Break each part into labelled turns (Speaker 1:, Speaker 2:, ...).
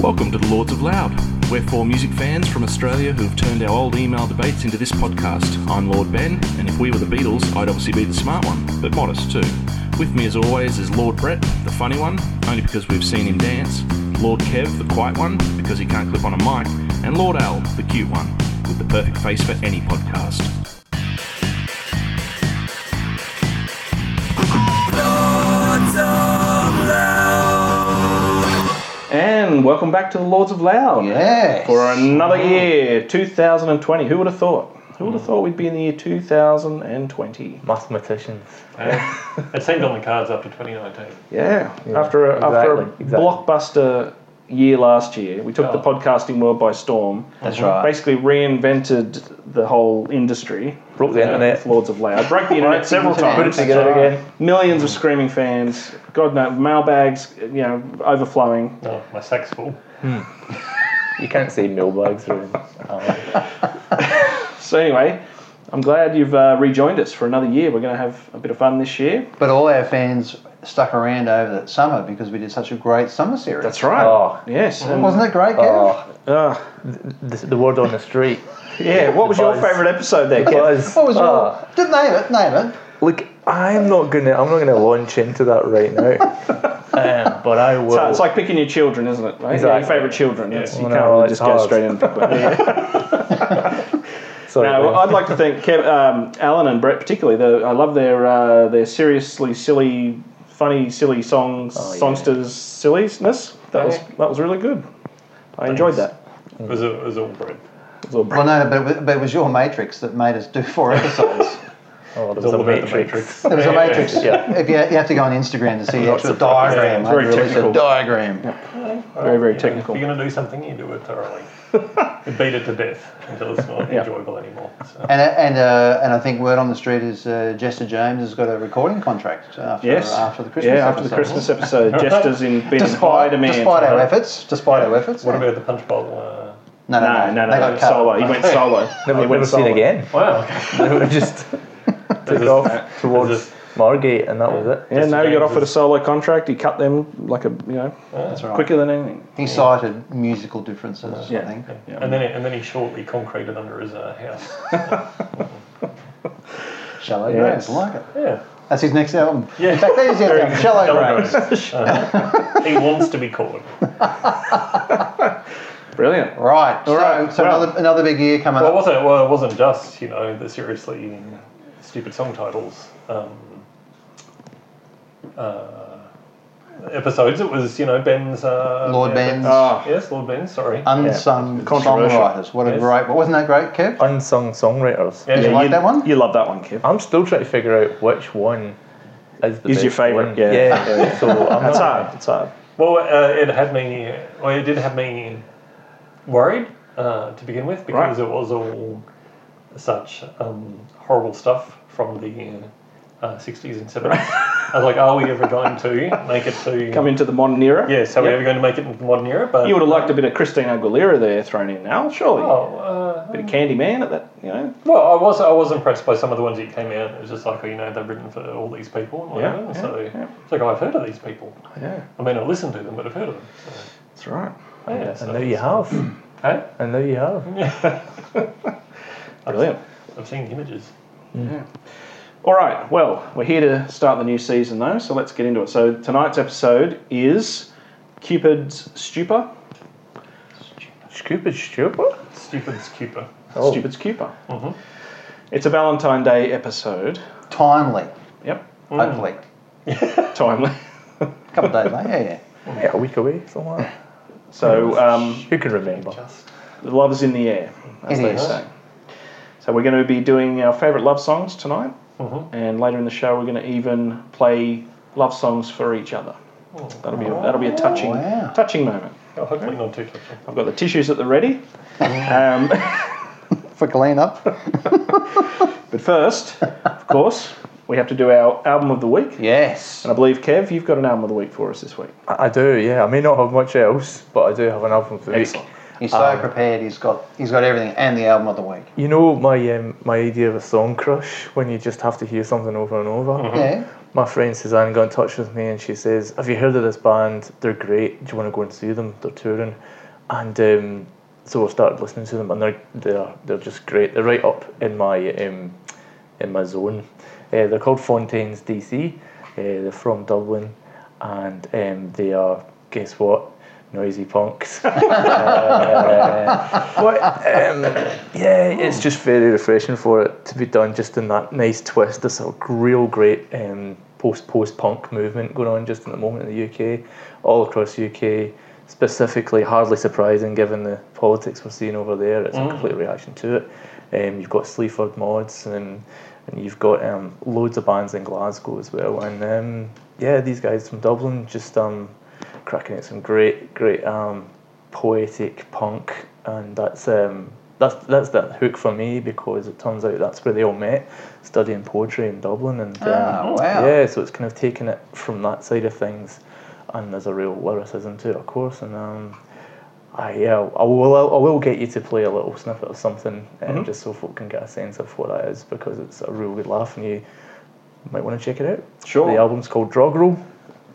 Speaker 1: Welcome to the Lords of Loud. We're four music fans from Australia who've turned our old email debates into this podcast. I'm Lord Ben, and if we were the Beatles, I'd obviously be the smart one, but modest too. With me, as always, is Lord Brett, the funny one, only because we've seen him dance, Lord Kev, the quiet one, because he can't clip on a mic, and Lord Al, the cute one, with the perfect face for any podcast. And welcome back to the Lords of Loud.
Speaker 2: Yes.
Speaker 1: For another year, 2020. Who would have thought? Who would have thought we'd be in the year 2020?
Speaker 3: Mathematicians.
Speaker 4: Eh? it seemed on the cards after 2019.
Speaker 1: Yeah. after a, after a
Speaker 3: exactly, exactly.
Speaker 1: blockbuster year last year, we took the
Speaker 4: Oh.
Speaker 1: podcasting world by storm.
Speaker 3: That's right.
Speaker 1: Basically reinvented the whole industry.
Speaker 3: Broke the internet.
Speaker 1: with Lords of Loud. Broke the internet several
Speaker 2: Internet.
Speaker 3: Put it
Speaker 1: times.
Speaker 3: together again.
Speaker 1: Millions of screaming fans. God no, mailbags, you know, overflowing.
Speaker 4: Oh, my sack's full.
Speaker 3: You can't see mailbags through.
Speaker 1: So anyway, I'm glad you've uh, rejoined us for another year. We're going to have a bit of fun this year.
Speaker 2: But all our fans stuck around over the summer because we did such a great summer series.
Speaker 1: right.
Speaker 3: Oh,
Speaker 1: Yes. and-
Speaker 2: Wasn't it great, Kev?
Speaker 3: oh
Speaker 1: uh,
Speaker 3: the, the word on the street.
Speaker 1: yeah. What was your
Speaker 3: Buzz.
Speaker 1: favourite episode there, Kev?
Speaker 3: Buzz.
Speaker 2: What was your...
Speaker 3: Oh,
Speaker 2: Just name it, name it.
Speaker 3: Look, I'm not gonna, I'm not gonna launch into that right now. um, but I will.
Speaker 1: So it's like picking your children, isn't it? Right? Yeah, your
Speaker 3: Exactly.
Speaker 1: favourite children. It's- You
Speaker 3: Well,
Speaker 1: can't
Speaker 3: no,
Speaker 1: really
Speaker 3: it's
Speaker 1: just go
Speaker 3: hard.
Speaker 1: straight and pick one.
Speaker 3: Sorry,
Speaker 1: No, well,
Speaker 3: Ben.
Speaker 1: I'd like to thank Kev, um, Alan and Brett particularly. The, I love their uh, their seriously silly, funny, silly songs,
Speaker 3: yeah.
Speaker 1: songsters silliness. That was that was really good. I enjoyed that.
Speaker 4: It was, it was all bread.
Speaker 1: It was all Brett.
Speaker 2: Well, no, but it, was, but it was your Matrix that made us do four episodes.
Speaker 3: oh, there
Speaker 4: It was
Speaker 3: was
Speaker 4: all
Speaker 3: a
Speaker 4: about the
Speaker 3: matrix.
Speaker 4: Matrix.
Speaker 2: It was a Matrix.
Speaker 3: Yeah.
Speaker 2: If you, you have to go on Instagram to see the actual
Speaker 4: surprised.
Speaker 2: diagram.
Speaker 4: Yeah,
Speaker 2: I
Speaker 1: very
Speaker 2: released
Speaker 1: technical.
Speaker 2: a diagram.
Speaker 1: Very very
Speaker 4: If
Speaker 1: technical.
Speaker 4: you're going to do something, you do it thoroughly. you beat it to death until it's not enjoyable anymore. So.
Speaker 2: And and uh, and I think word on the street is uh, Jester James has got a recording contract after
Speaker 1: Yes.
Speaker 2: Uh, after the Christmas
Speaker 1: yeah, after the
Speaker 2: episode.
Speaker 1: Christmas episode, Jester's in being
Speaker 2: Despite,
Speaker 1: despite, demand.
Speaker 2: despite our efforts, despite our efforts,
Speaker 4: What about the punch bowl? Uh,
Speaker 1: no,
Speaker 2: no, no,
Speaker 1: no,
Speaker 2: they
Speaker 1: no,
Speaker 2: got cut.
Speaker 1: solo. He went solo.
Speaker 3: Never,
Speaker 1: he
Speaker 3: never
Speaker 1: went
Speaker 3: seen
Speaker 1: solo.
Speaker 3: again.
Speaker 4: wow. okay.
Speaker 3: They would have just took
Speaker 4: There's
Speaker 3: off towards
Speaker 4: there's
Speaker 3: Margate, and that was it.
Speaker 1: Yeah, no, he got
Speaker 4: James
Speaker 1: offered a
Speaker 4: is-
Speaker 1: solo contract. He cut them like a you know
Speaker 2: That's right.
Speaker 1: quicker than anything.
Speaker 2: He cited musical differences,
Speaker 1: Yeah.
Speaker 2: I think.
Speaker 4: And then, and then he shortly concreted under his uh, house.
Speaker 2: Shallow
Speaker 1: Yes.
Speaker 2: Graves, I like it.
Speaker 4: Yeah.
Speaker 2: That's his next album.
Speaker 4: Yeah.
Speaker 2: In fact, that is his
Speaker 4: Very
Speaker 2: album, Shallow Graves.
Speaker 4: Uh, he wants to be caught.
Speaker 1: Brilliant.
Speaker 2: Right. so
Speaker 1: right,
Speaker 2: so
Speaker 1: well-
Speaker 2: another, another big year coming
Speaker 4: Well, it
Speaker 2: up.
Speaker 4: wasn't, well, it wasn't just, you know, the seriously stupid song titles um, uh, episodes. It was, you know, Ben's. Uh,
Speaker 2: Lord
Speaker 4: yeah,
Speaker 2: Ben's Uh,
Speaker 1: Ah,
Speaker 4: Yes, Lord Ben, sorry.
Speaker 2: Unsung
Speaker 1: Controversial.
Speaker 2: Songwriters. What a
Speaker 4: Yes.
Speaker 2: great. Wasn't that great, Kev?
Speaker 3: Unsung songwriters.
Speaker 4: Yeah,
Speaker 2: Did you
Speaker 4: yeah,
Speaker 2: like
Speaker 1: you-
Speaker 2: that one?
Speaker 1: you love that one, Kev.
Speaker 3: I'm still trying to figure out which one is the
Speaker 1: Is
Speaker 3: best
Speaker 1: your favourite,
Speaker 3: one.
Speaker 1: yeah.
Speaker 3: So I'm
Speaker 1: It's
Speaker 3: not-
Speaker 1: hard. It's hard.
Speaker 4: Well, uh, it had me. Well, it did have me worried uh, to begin with because it was all such um, horrible stuff from the uh, 60s and 70s. I was like, are we ever going to make it to?
Speaker 1: Come into the modern era.
Speaker 4: Yes, are we ever going to make it into modern era? But
Speaker 1: You would have liked a bit of Christine Aguilera there thrown in now, surely.
Speaker 4: Oh, uh,
Speaker 1: Bit of Candyman at that, you know.
Speaker 4: well, I was I was impressed by some of the ones that came out. It was just like, oh, you know, they've written for all these people. And
Speaker 1: Yeah,
Speaker 4: whatever.
Speaker 1: yeah,
Speaker 4: so
Speaker 1: yeah.
Speaker 4: it's like, oh, I've heard of these people.
Speaker 1: Yeah,
Speaker 4: I mean, I've listened to them, but I've heard of them. So,
Speaker 1: that's right.
Speaker 4: yeah,
Speaker 3: And
Speaker 4: so-
Speaker 3: now you have.
Speaker 4: Hey?
Speaker 3: And now you have.
Speaker 1: Brilliant.
Speaker 4: I've seen images.
Speaker 1: All right, well, we're here to start the new season though, so let's get into it. So tonight's episode is Cupid's Stupor.
Speaker 3: Stupid, stupid.
Speaker 4: Stupid stupor.
Speaker 3: Oh.
Speaker 1: Stupid's Cupor. It's a Valentine Day episode.
Speaker 2: Timely,
Speaker 1: Yep,
Speaker 2: hopefully.
Speaker 1: timely.
Speaker 2: A couple of days later. Yeah, yeah.
Speaker 3: Oh, Yeah, a week away, something like that.
Speaker 1: So um,
Speaker 3: Who can remember?
Speaker 4: Just
Speaker 1: the love's in the air, as
Speaker 2: It
Speaker 1: they
Speaker 2: is.
Speaker 1: say. So we're going to be doing our favourite love songs tonight,
Speaker 2: Mm-hmm.
Speaker 4: Mhm.
Speaker 1: and later in the show we're going to even play love songs for each other. That'll be a, that'll be a touching
Speaker 2: Oh, Wow.
Speaker 1: touching moment.
Speaker 4: oh, hopefully not too touching.
Speaker 1: I've got the tissues at the ready. Um,
Speaker 2: For clean up.
Speaker 1: but first, of course, we have to do our album of the week.
Speaker 2: yes.
Speaker 1: And I believe Kev, you've got an album of the week for us this week.
Speaker 3: I, I do, yeah. I may not have much else, but I do have an album for the week.
Speaker 1: Excellent.
Speaker 2: He's so prepared. He's got he's got everything and the album of the week.
Speaker 3: You know my um, my idea of a song crush when you just have to hear something over and over.
Speaker 2: Yeah.
Speaker 3: my friend Suzanne got in touch with me and she says, "Have you heard of this band? They're great. Do you want to go and see them? They're touring." And um, so I started listening to them, and they're they're they're just great. They're right up in my um, in my zone. Uh, they're called Fontaines DC. Uh, they're from Dublin, and um, they are guess what? Noisy punks. Uh, but, um, yeah, it's just very refreshing for it to be done just in that nice twist. There's a real great um, post post punk movement going on just in the moment in the UK, all across the UK. Specifically, hardly surprising given the politics we're seeing over there. It's a complete reaction to it. Um, you've got Sleaford Mods and and you've got um, loads of bands in Glasgow as well. And um, yeah, these guys from Dublin just um, cracking at some great, great um, poetic punk, and that's um, that's that's that hook for me because it turns out that's where they all met, studying poetry in Dublin, and um,
Speaker 2: Ah, wow.
Speaker 3: yeah, so it's kind of taken it from that side of things, and there's a real lyricism to it, of course, and. Um, I, yeah, I will. I will get you to play a little snippet of something, um,
Speaker 2: Mm-hmm.
Speaker 3: just so folk can get a sense of what that is, because it's a real good laugh, and you might want to check it out.
Speaker 4: Sure.
Speaker 3: The album's called Doggerel.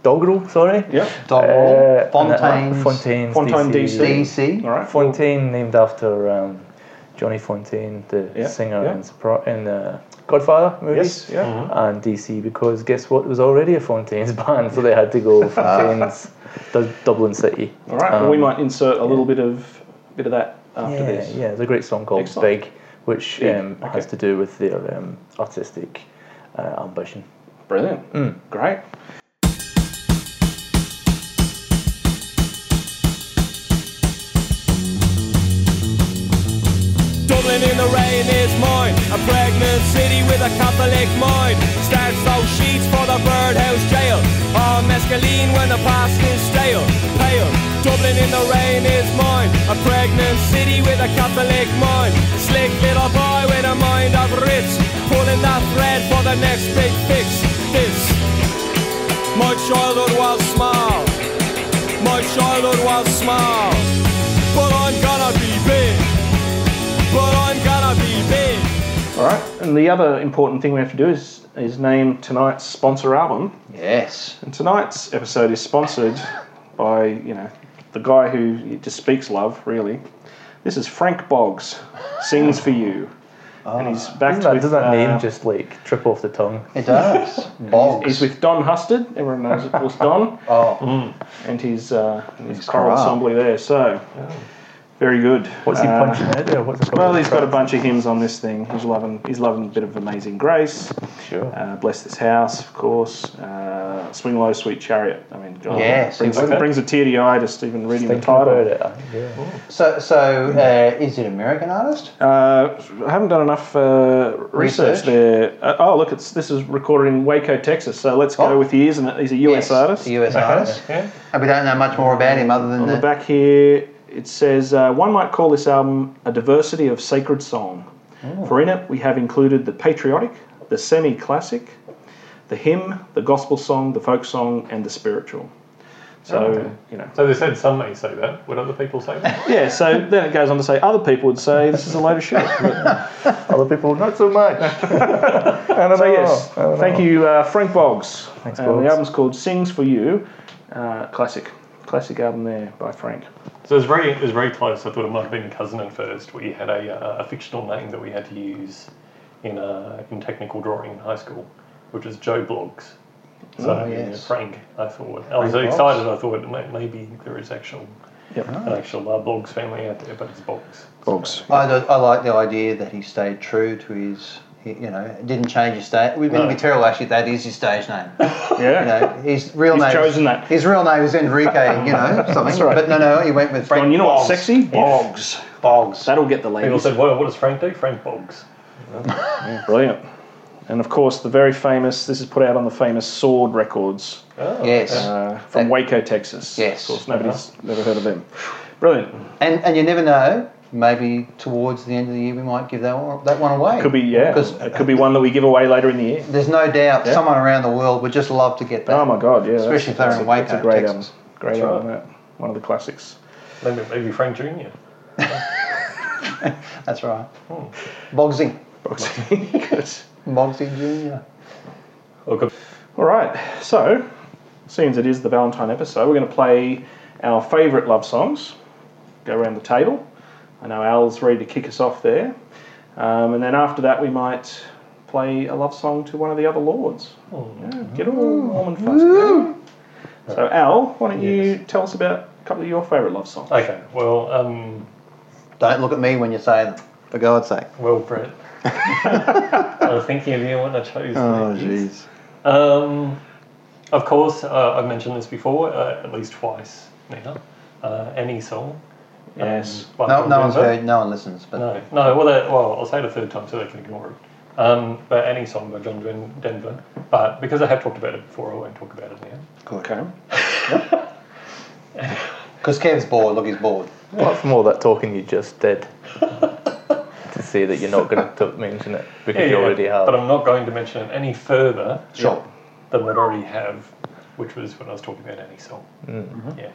Speaker 3: Doggerel, sorry.
Speaker 4: Yep.
Speaker 2: Doggerel,
Speaker 3: Uh, and
Speaker 2: Fontaines,
Speaker 3: that- Fontaines,
Speaker 4: Fontaine
Speaker 3: DC.
Speaker 4: DC.
Speaker 2: DC.
Speaker 4: All right.
Speaker 3: Fontaine, named after um, Johnny Fontaine, the
Speaker 5: Yeah,
Speaker 3: singer
Speaker 5: yeah.
Speaker 3: in, Sopra- in the Godfather movies.
Speaker 5: Yes, yeah.
Speaker 3: And DC, because guess what? It was already a Fontaine's band, so they had to go Fontaine's, Du- Dublin City.
Speaker 5: All right, well, we might insert a little bit of bit of that after
Speaker 3: Um, yeah,
Speaker 5: this.
Speaker 3: Yeah, there's a great song called
Speaker 5: Excellent.
Speaker 3: Big, which
Speaker 5: Big,
Speaker 3: um, has
Speaker 5: okay.
Speaker 3: to do with their um, artistic uh, ambition.
Speaker 5: Brilliant.
Speaker 3: Mm.
Speaker 5: Great.
Speaker 6: Dublin in the rain is mine. A pregnant city with a Catholic mind. Starts those sheets for the birdhouse jail. Or mescaline when the past is stale. Pale. Dublin in the rain is mine. A pregnant city with a Catholic mind. Slick little boy with a mind of rich. Pulling that thread for the next big fix. This. My childhood was small. My childhood was small. But I'm gonna be big. But I'm gonna be big.
Speaker 5: All right, and the other important thing we have to do is is name tonight's sponsor album.
Speaker 2: Yes.
Speaker 5: And tonight's episode is sponsored by you know the guy who just speaks love really. This is Frank Boggs, sings for you, and he's back
Speaker 3: Oh. Doesn't that,
Speaker 5: with
Speaker 3: doesn't that
Speaker 5: uh,
Speaker 3: name just like trip off the tongue?
Speaker 2: It does. Bogs.
Speaker 5: He's with Don Hustard. Everyone knows, of course, Don
Speaker 2: oh,
Speaker 5: Mm. and his uh, his
Speaker 2: His
Speaker 5: choral
Speaker 2: chorale.
Speaker 5: assembly there. So very good.
Speaker 3: What's he
Speaker 5: Uh,
Speaker 3: punching out there? What's it
Speaker 5: Well,
Speaker 3: called?
Speaker 5: he's got a bunch of hymns on this thing. He's loving, he's loving a bit of Amazing Grace.
Speaker 3: Sure.
Speaker 5: Uh, Bless This House, of course. Uh, Swing Low, Sweet Chariot. I mean, God,
Speaker 2: Yes,
Speaker 5: brings,
Speaker 2: he would.
Speaker 5: brings a tear to your eye just even reading the
Speaker 3: Thinking about
Speaker 5: title.
Speaker 3: it. uh, Yeah.
Speaker 2: so so uh, is it American artist?
Speaker 5: Uh, I haven't done enough uh, research,
Speaker 2: Research.
Speaker 5: there. Uh, oh, look, it's this is recorded in Waco, Texas. So let's go
Speaker 2: Oh.
Speaker 5: with he is, and he's a US
Speaker 2: Yes,
Speaker 5: artist.
Speaker 2: The US artist.
Speaker 4: Okay.
Speaker 2: And we don't know much more about him other than
Speaker 5: On the
Speaker 2: that.
Speaker 5: back here, it says uh, one might call this album a diversity of sacred song. For in it, we have included the patriotic, the semi classic, the hymn, the gospel song, the folk song, and the spiritual. So,
Speaker 4: Okay.
Speaker 5: you know.
Speaker 4: So they said some may say that. Would other people say that?
Speaker 5: Yeah, so then it goes on to say other people would say this is a load of shit. But-
Speaker 3: Other people, not so much. I don't know.
Speaker 5: so, yes,
Speaker 3: I don't
Speaker 5: thank
Speaker 3: know.
Speaker 5: you, uh, Frank Boggs.
Speaker 3: Thanks,
Speaker 5: And
Speaker 3: Boggs.
Speaker 5: The album's called Sings for You, uh, classic. Classic album there by Frank.
Speaker 4: So it was very, it was very close. I thought it might have been cousin at first. We had a, uh, a fictional name that we had to use in uh, in technical drawing in high school, which was Joe Blogs. So
Speaker 2: Oh, yes.
Speaker 4: Frank, I thought I was
Speaker 2: Frank
Speaker 4: excited. I thought may- maybe there is actual
Speaker 5: Yep.
Speaker 4: an actual uh, Blogs family out there, but it's Boggs.
Speaker 5: Boggs.
Speaker 2: I, do- I like the idea that he stayed true to his, he- you know, didn't change his stage. We've been
Speaker 4: No.
Speaker 2: terrible actually. That is his stage name.
Speaker 5: Yeah.
Speaker 2: You know, his real
Speaker 5: He's
Speaker 2: name.
Speaker 5: chosen that.
Speaker 2: His real name is Enrique. You know, something.
Speaker 5: right.
Speaker 2: But no, no, he went with Frank.
Speaker 5: And you know
Speaker 2: Boggs.
Speaker 5: what's sexy? Boggs.
Speaker 2: Boggs.
Speaker 5: That'll get the
Speaker 4: People
Speaker 5: ladies.
Speaker 4: said, well, what does Frank do? Frank Boggs.
Speaker 5: Brilliant. And of course, the very famous, this is put out on the famous Sword Records
Speaker 4: Oh,
Speaker 2: Yes.
Speaker 5: uh, from
Speaker 2: That-
Speaker 5: Waco, Texas.
Speaker 2: Yes. Uh-huh.
Speaker 5: Of course, nobody's never heard of them. Brilliant.
Speaker 2: And and you never know. Maybe towards the end of the year we might give that one, that one away.
Speaker 5: Could be, yeah.
Speaker 2: 'Cause-
Speaker 5: It could be one that we give away later in the year.
Speaker 2: There's no doubt
Speaker 5: Yeah.
Speaker 2: someone around the world would just love to get that.
Speaker 5: Oh my God, yeah.
Speaker 2: Especially if they're
Speaker 5: that's
Speaker 2: in
Speaker 5: a- that's
Speaker 2: Waco,
Speaker 5: a great
Speaker 2: Texas.
Speaker 5: album. Great
Speaker 4: That's
Speaker 5: album, that. One of the classics.
Speaker 4: Maybe, maybe Frank Junior.
Speaker 2: That's right.
Speaker 5: Hmm.
Speaker 2: Bogsy.
Speaker 5: Boxing. Good.
Speaker 2: Bogsy Jr.
Speaker 4: Or could
Speaker 5: All right, so seeing as it is the Valentine episode, we're going to play our favourite love songs. Go around the table. I know Al's ready to kick us off there, um, and then after that we might play a love song to one of the other lords.
Speaker 2: Oh.
Speaker 5: Yeah, get all warm and fuzzy. yeah. So Al, why don't you tell us about a couple of your favourite love songs?
Speaker 4: Okay, well, um,
Speaker 2: Don't look at me when you say them, for God's sake.
Speaker 4: well, Brett. I was thinking of you when I chose.
Speaker 2: Oh,
Speaker 4: that.
Speaker 2: jeez.
Speaker 4: Um, of course, uh, I've mentioned this before, uh, at least twice now. Uh, any song. um,
Speaker 5: Yes.
Speaker 4: by
Speaker 2: No,
Speaker 4: John
Speaker 2: no one's
Speaker 4: Denver.
Speaker 2: heard, no one listens, but
Speaker 4: No, no. Well, that, well, I'll say it a third time so they can ignore it. Um, but any song by John Den- Denver. But because I have talked about it before, I won't talk about it now.
Speaker 5: Okay.
Speaker 2: because Kev's bored. Look, he's bored.
Speaker 3: Apart from all that talking you just did, to say that you're not going to mention it because you already have.
Speaker 4: But I'm not going to mention it any further
Speaker 2: Sure.
Speaker 4: than what I already have, which was when I was talking about any song. Yeah.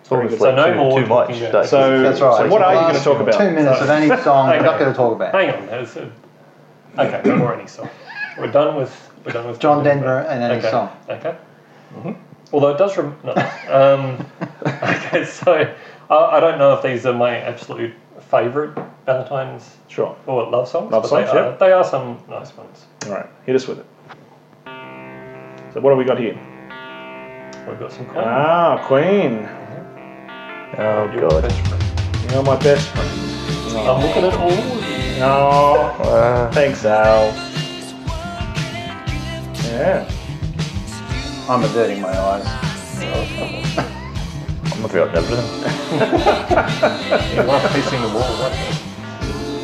Speaker 3: It's always
Speaker 4: So
Speaker 3: like
Speaker 4: no
Speaker 3: too,
Speaker 4: more
Speaker 3: too much.
Speaker 4: talking about-
Speaker 3: That's
Speaker 5: So,
Speaker 2: That's right.
Speaker 5: so what
Speaker 2: The
Speaker 5: are you going to
Speaker 2: last
Speaker 5: talk about?
Speaker 2: Two minutes of any song we're not going to talk about.
Speaker 4: Hang on. There's a, okay, no more any song. We're done with. We're done with
Speaker 2: John Denver and any
Speaker 4: okay.
Speaker 2: song.
Speaker 4: Okay. Mm-hmm. Although it does. Rem- no. um, okay, so I, I don't know if these are my absolute favourite Valentine's
Speaker 5: Sure.
Speaker 4: or love songs.
Speaker 5: Love
Speaker 4: but
Speaker 5: songs,
Speaker 4: they,
Speaker 5: yeah.
Speaker 4: are, they are some nice ones.
Speaker 5: All right, hit us with it. So what have we got here?
Speaker 4: We've got some Queen.
Speaker 5: Ah, Queen.
Speaker 3: Oh,
Speaker 4: Your
Speaker 3: God.
Speaker 4: best friend.
Speaker 5: You're my best friend.
Speaker 4: I'm looking at all of you.
Speaker 5: Oh,
Speaker 3: Uh,
Speaker 5: thanks, Al. Yeah.
Speaker 2: I'm averting my eyes.
Speaker 3: I'm about everything.
Speaker 4: You are facing the wall, right?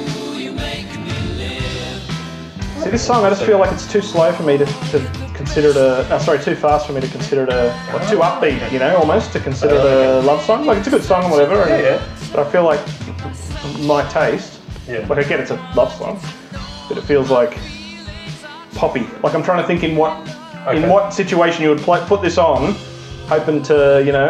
Speaker 5: See, this song, I just feel like it's too slow for me to, to consider it a. Uh, sorry, too fast for me to consider it a. Or too upbeat, you know, almost to consider it a love song. Like it's a good song or whatever. and-
Speaker 4: Yeah,
Speaker 5: But I feel like my taste.
Speaker 4: yeah.
Speaker 5: Like again, it's a love song, but it feels like poppy. Like I'm trying to think in what
Speaker 4: Okay.
Speaker 5: in what situation you would play, put this on, hoping to you know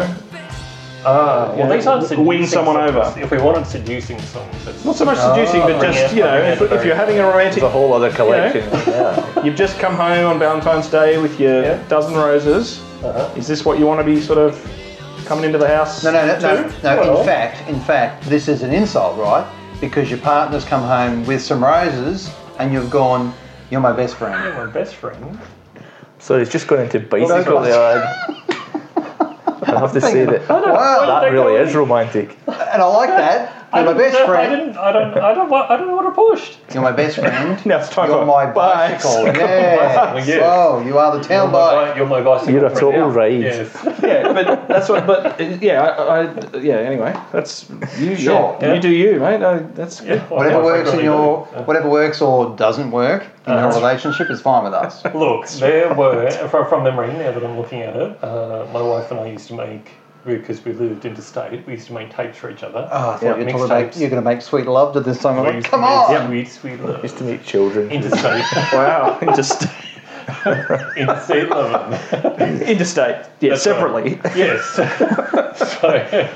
Speaker 4: Ah, well,
Speaker 5: Yeah,
Speaker 4: these aren't
Speaker 5: w- win
Speaker 4: seducing
Speaker 5: someone
Speaker 4: songs.
Speaker 5: over.
Speaker 4: If we wanted seducing songs, it's
Speaker 5: not so much seducing, but
Speaker 4: bring
Speaker 5: just
Speaker 4: it-
Speaker 5: you know
Speaker 4: bring
Speaker 5: if,
Speaker 4: it
Speaker 5: if you're having a romantic,
Speaker 3: There's a whole other collection. Yeah.
Speaker 5: you've just come home on Valentine's Day with your
Speaker 4: Yeah.
Speaker 5: dozen roses.
Speaker 4: Uh-huh.
Speaker 5: Is this what you want to be sort of coming into the house?
Speaker 2: No, no, no, no.
Speaker 5: to?
Speaker 2: no
Speaker 5: Well,
Speaker 2: in fact, in fact, this is an insult, right? Because your partner's come home with some roses, and you've gone, "You're my best friend."
Speaker 4: my best friend.
Speaker 3: So it's just gone into bicycle
Speaker 2: Well,
Speaker 3: there. I I have to say that
Speaker 2: Wow,
Speaker 3: that
Speaker 4: They're
Speaker 3: really
Speaker 4: going-
Speaker 3: is romantic.
Speaker 2: and I like that. You're my
Speaker 4: I didn't
Speaker 2: best
Speaker 4: know- I
Speaker 2: friend.
Speaker 4: didn't. I don't. I don't. wa- I don't know what I pushed.
Speaker 2: You're my best friend.
Speaker 5: Now it's time
Speaker 2: You're
Speaker 5: for
Speaker 2: my bicycle. Yeah.
Speaker 4: Yeah.
Speaker 2: Oh, you are the town bike.
Speaker 4: You're my bicycle.
Speaker 3: You're a
Speaker 4: friend.
Speaker 3: total ride.
Speaker 4: Yes.
Speaker 5: yeah, but that's what. But uh, yeah, I, I yeah. Anyway, that's you.
Speaker 2: Sure.
Speaker 5: yeah, you do you, mate. Uh, that's
Speaker 4: Yeah,
Speaker 5: good.
Speaker 4: well,
Speaker 2: Whatever
Speaker 4: yeah,
Speaker 2: works in
Speaker 4: really
Speaker 2: your,
Speaker 4: good.
Speaker 2: whatever works or doesn't work in your relationship is fine with us.
Speaker 4: Look, there were from, from memory. Now that I'm looking at it, uh, my wife and I used to make because we lived interstate. We used to make tapes for each other.
Speaker 2: Oh, I thought
Speaker 5: Yeah,
Speaker 2: you were talking about
Speaker 4: mixtapes.
Speaker 2: you're going to make sweet love to this song. I'm
Speaker 4: We
Speaker 2: like,
Speaker 4: used to
Speaker 2: come
Speaker 4: make
Speaker 2: on.
Speaker 4: Sweet, sweet love.
Speaker 3: Just to meet children.
Speaker 4: Interstate,
Speaker 5: Wow, just.
Speaker 4: interstate love.
Speaker 5: Interstate, yeah,
Speaker 4: That's
Speaker 5: separately.
Speaker 4: Yes. so,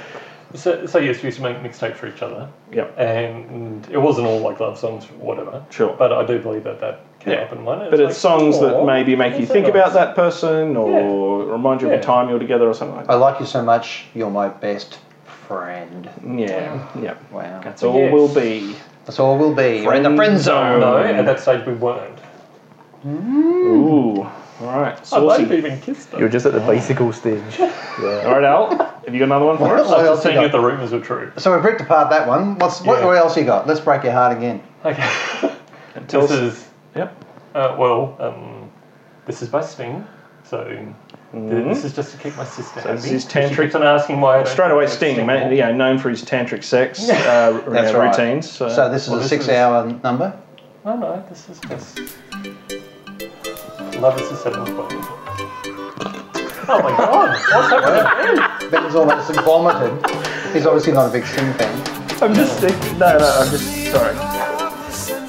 Speaker 4: so, so yes, we used to make mixtapes for each other,
Speaker 5: Yep.
Speaker 4: and it wasn't all like love songs, or whatever.
Speaker 5: Sure.
Speaker 4: But I do believe that that came
Speaker 5: Yeah.
Speaker 4: up in mine.
Speaker 5: But it's
Speaker 4: like,
Speaker 5: songs that
Speaker 4: "Aw,
Speaker 5: maybe make you
Speaker 4: that's so
Speaker 5: think
Speaker 4: nice."
Speaker 5: about that person or remind you of
Speaker 4: Yeah.
Speaker 5: a time you were together or something like
Speaker 2: I
Speaker 5: that.
Speaker 2: like you so much. You're my best friend.
Speaker 5: Yeah, yeah.
Speaker 2: Wow.
Speaker 5: That's all
Speaker 4: Yes.
Speaker 5: will be.
Speaker 2: That's all we'll be. You're in the friend zone.
Speaker 4: No, at that stage we weren't.
Speaker 5: Ooh. All right.
Speaker 4: I might have
Speaker 5: Saucy.
Speaker 4: even kissed them.
Speaker 3: You're just at the bicycle stage.
Speaker 5: All right, Al. Have you got another one for us?
Speaker 2: What
Speaker 4: I was
Speaker 2: else
Speaker 4: just
Speaker 2: you
Speaker 4: seeing if
Speaker 2: got?
Speaker 4: the rumours were true.
Speaker 2: So we've ripped apart that one. What's what,
Speaker 4: Yeah.
Speaker 2: what else you got? Let's break your heart again.
Speaker 4: Okay.
Speaker 5: Tell
Speaker 4: this
Speaker 5: us-
Speaker 4: is
Speaker 5: Yep.
Speaker 4: uh, well, um, this is by Sting, so th- this is just to keep my sister happy.
Speaker 5: Mm-hmm. this is
Speaker 4: She keeps
Speaker 5: tantric-
Speaker 4: on asking why. I don't
Speaker 5: Straight away,
Speaker 4: like
Speaker 5: Sting, man, you know, known for his tantric sex uh, r-
Speaker 2: That's
Speaker 5: uh,
Speaker 2: right.
Speaker 5: routines. So,
Speaker 2: So this is
Speaker 4: well,
Speaker 2: a
Speaker 4: this is-
Speaker 2: six-hour number.
Speaker 4: No, no, this is just. Love is a seventh body. Oh my god, what's happening?
Speaker 2: Ben's almost vomited. He's obviously not a big Sting fan.
Speaker 5: I'm just thinking. No, no, I'm just sorry.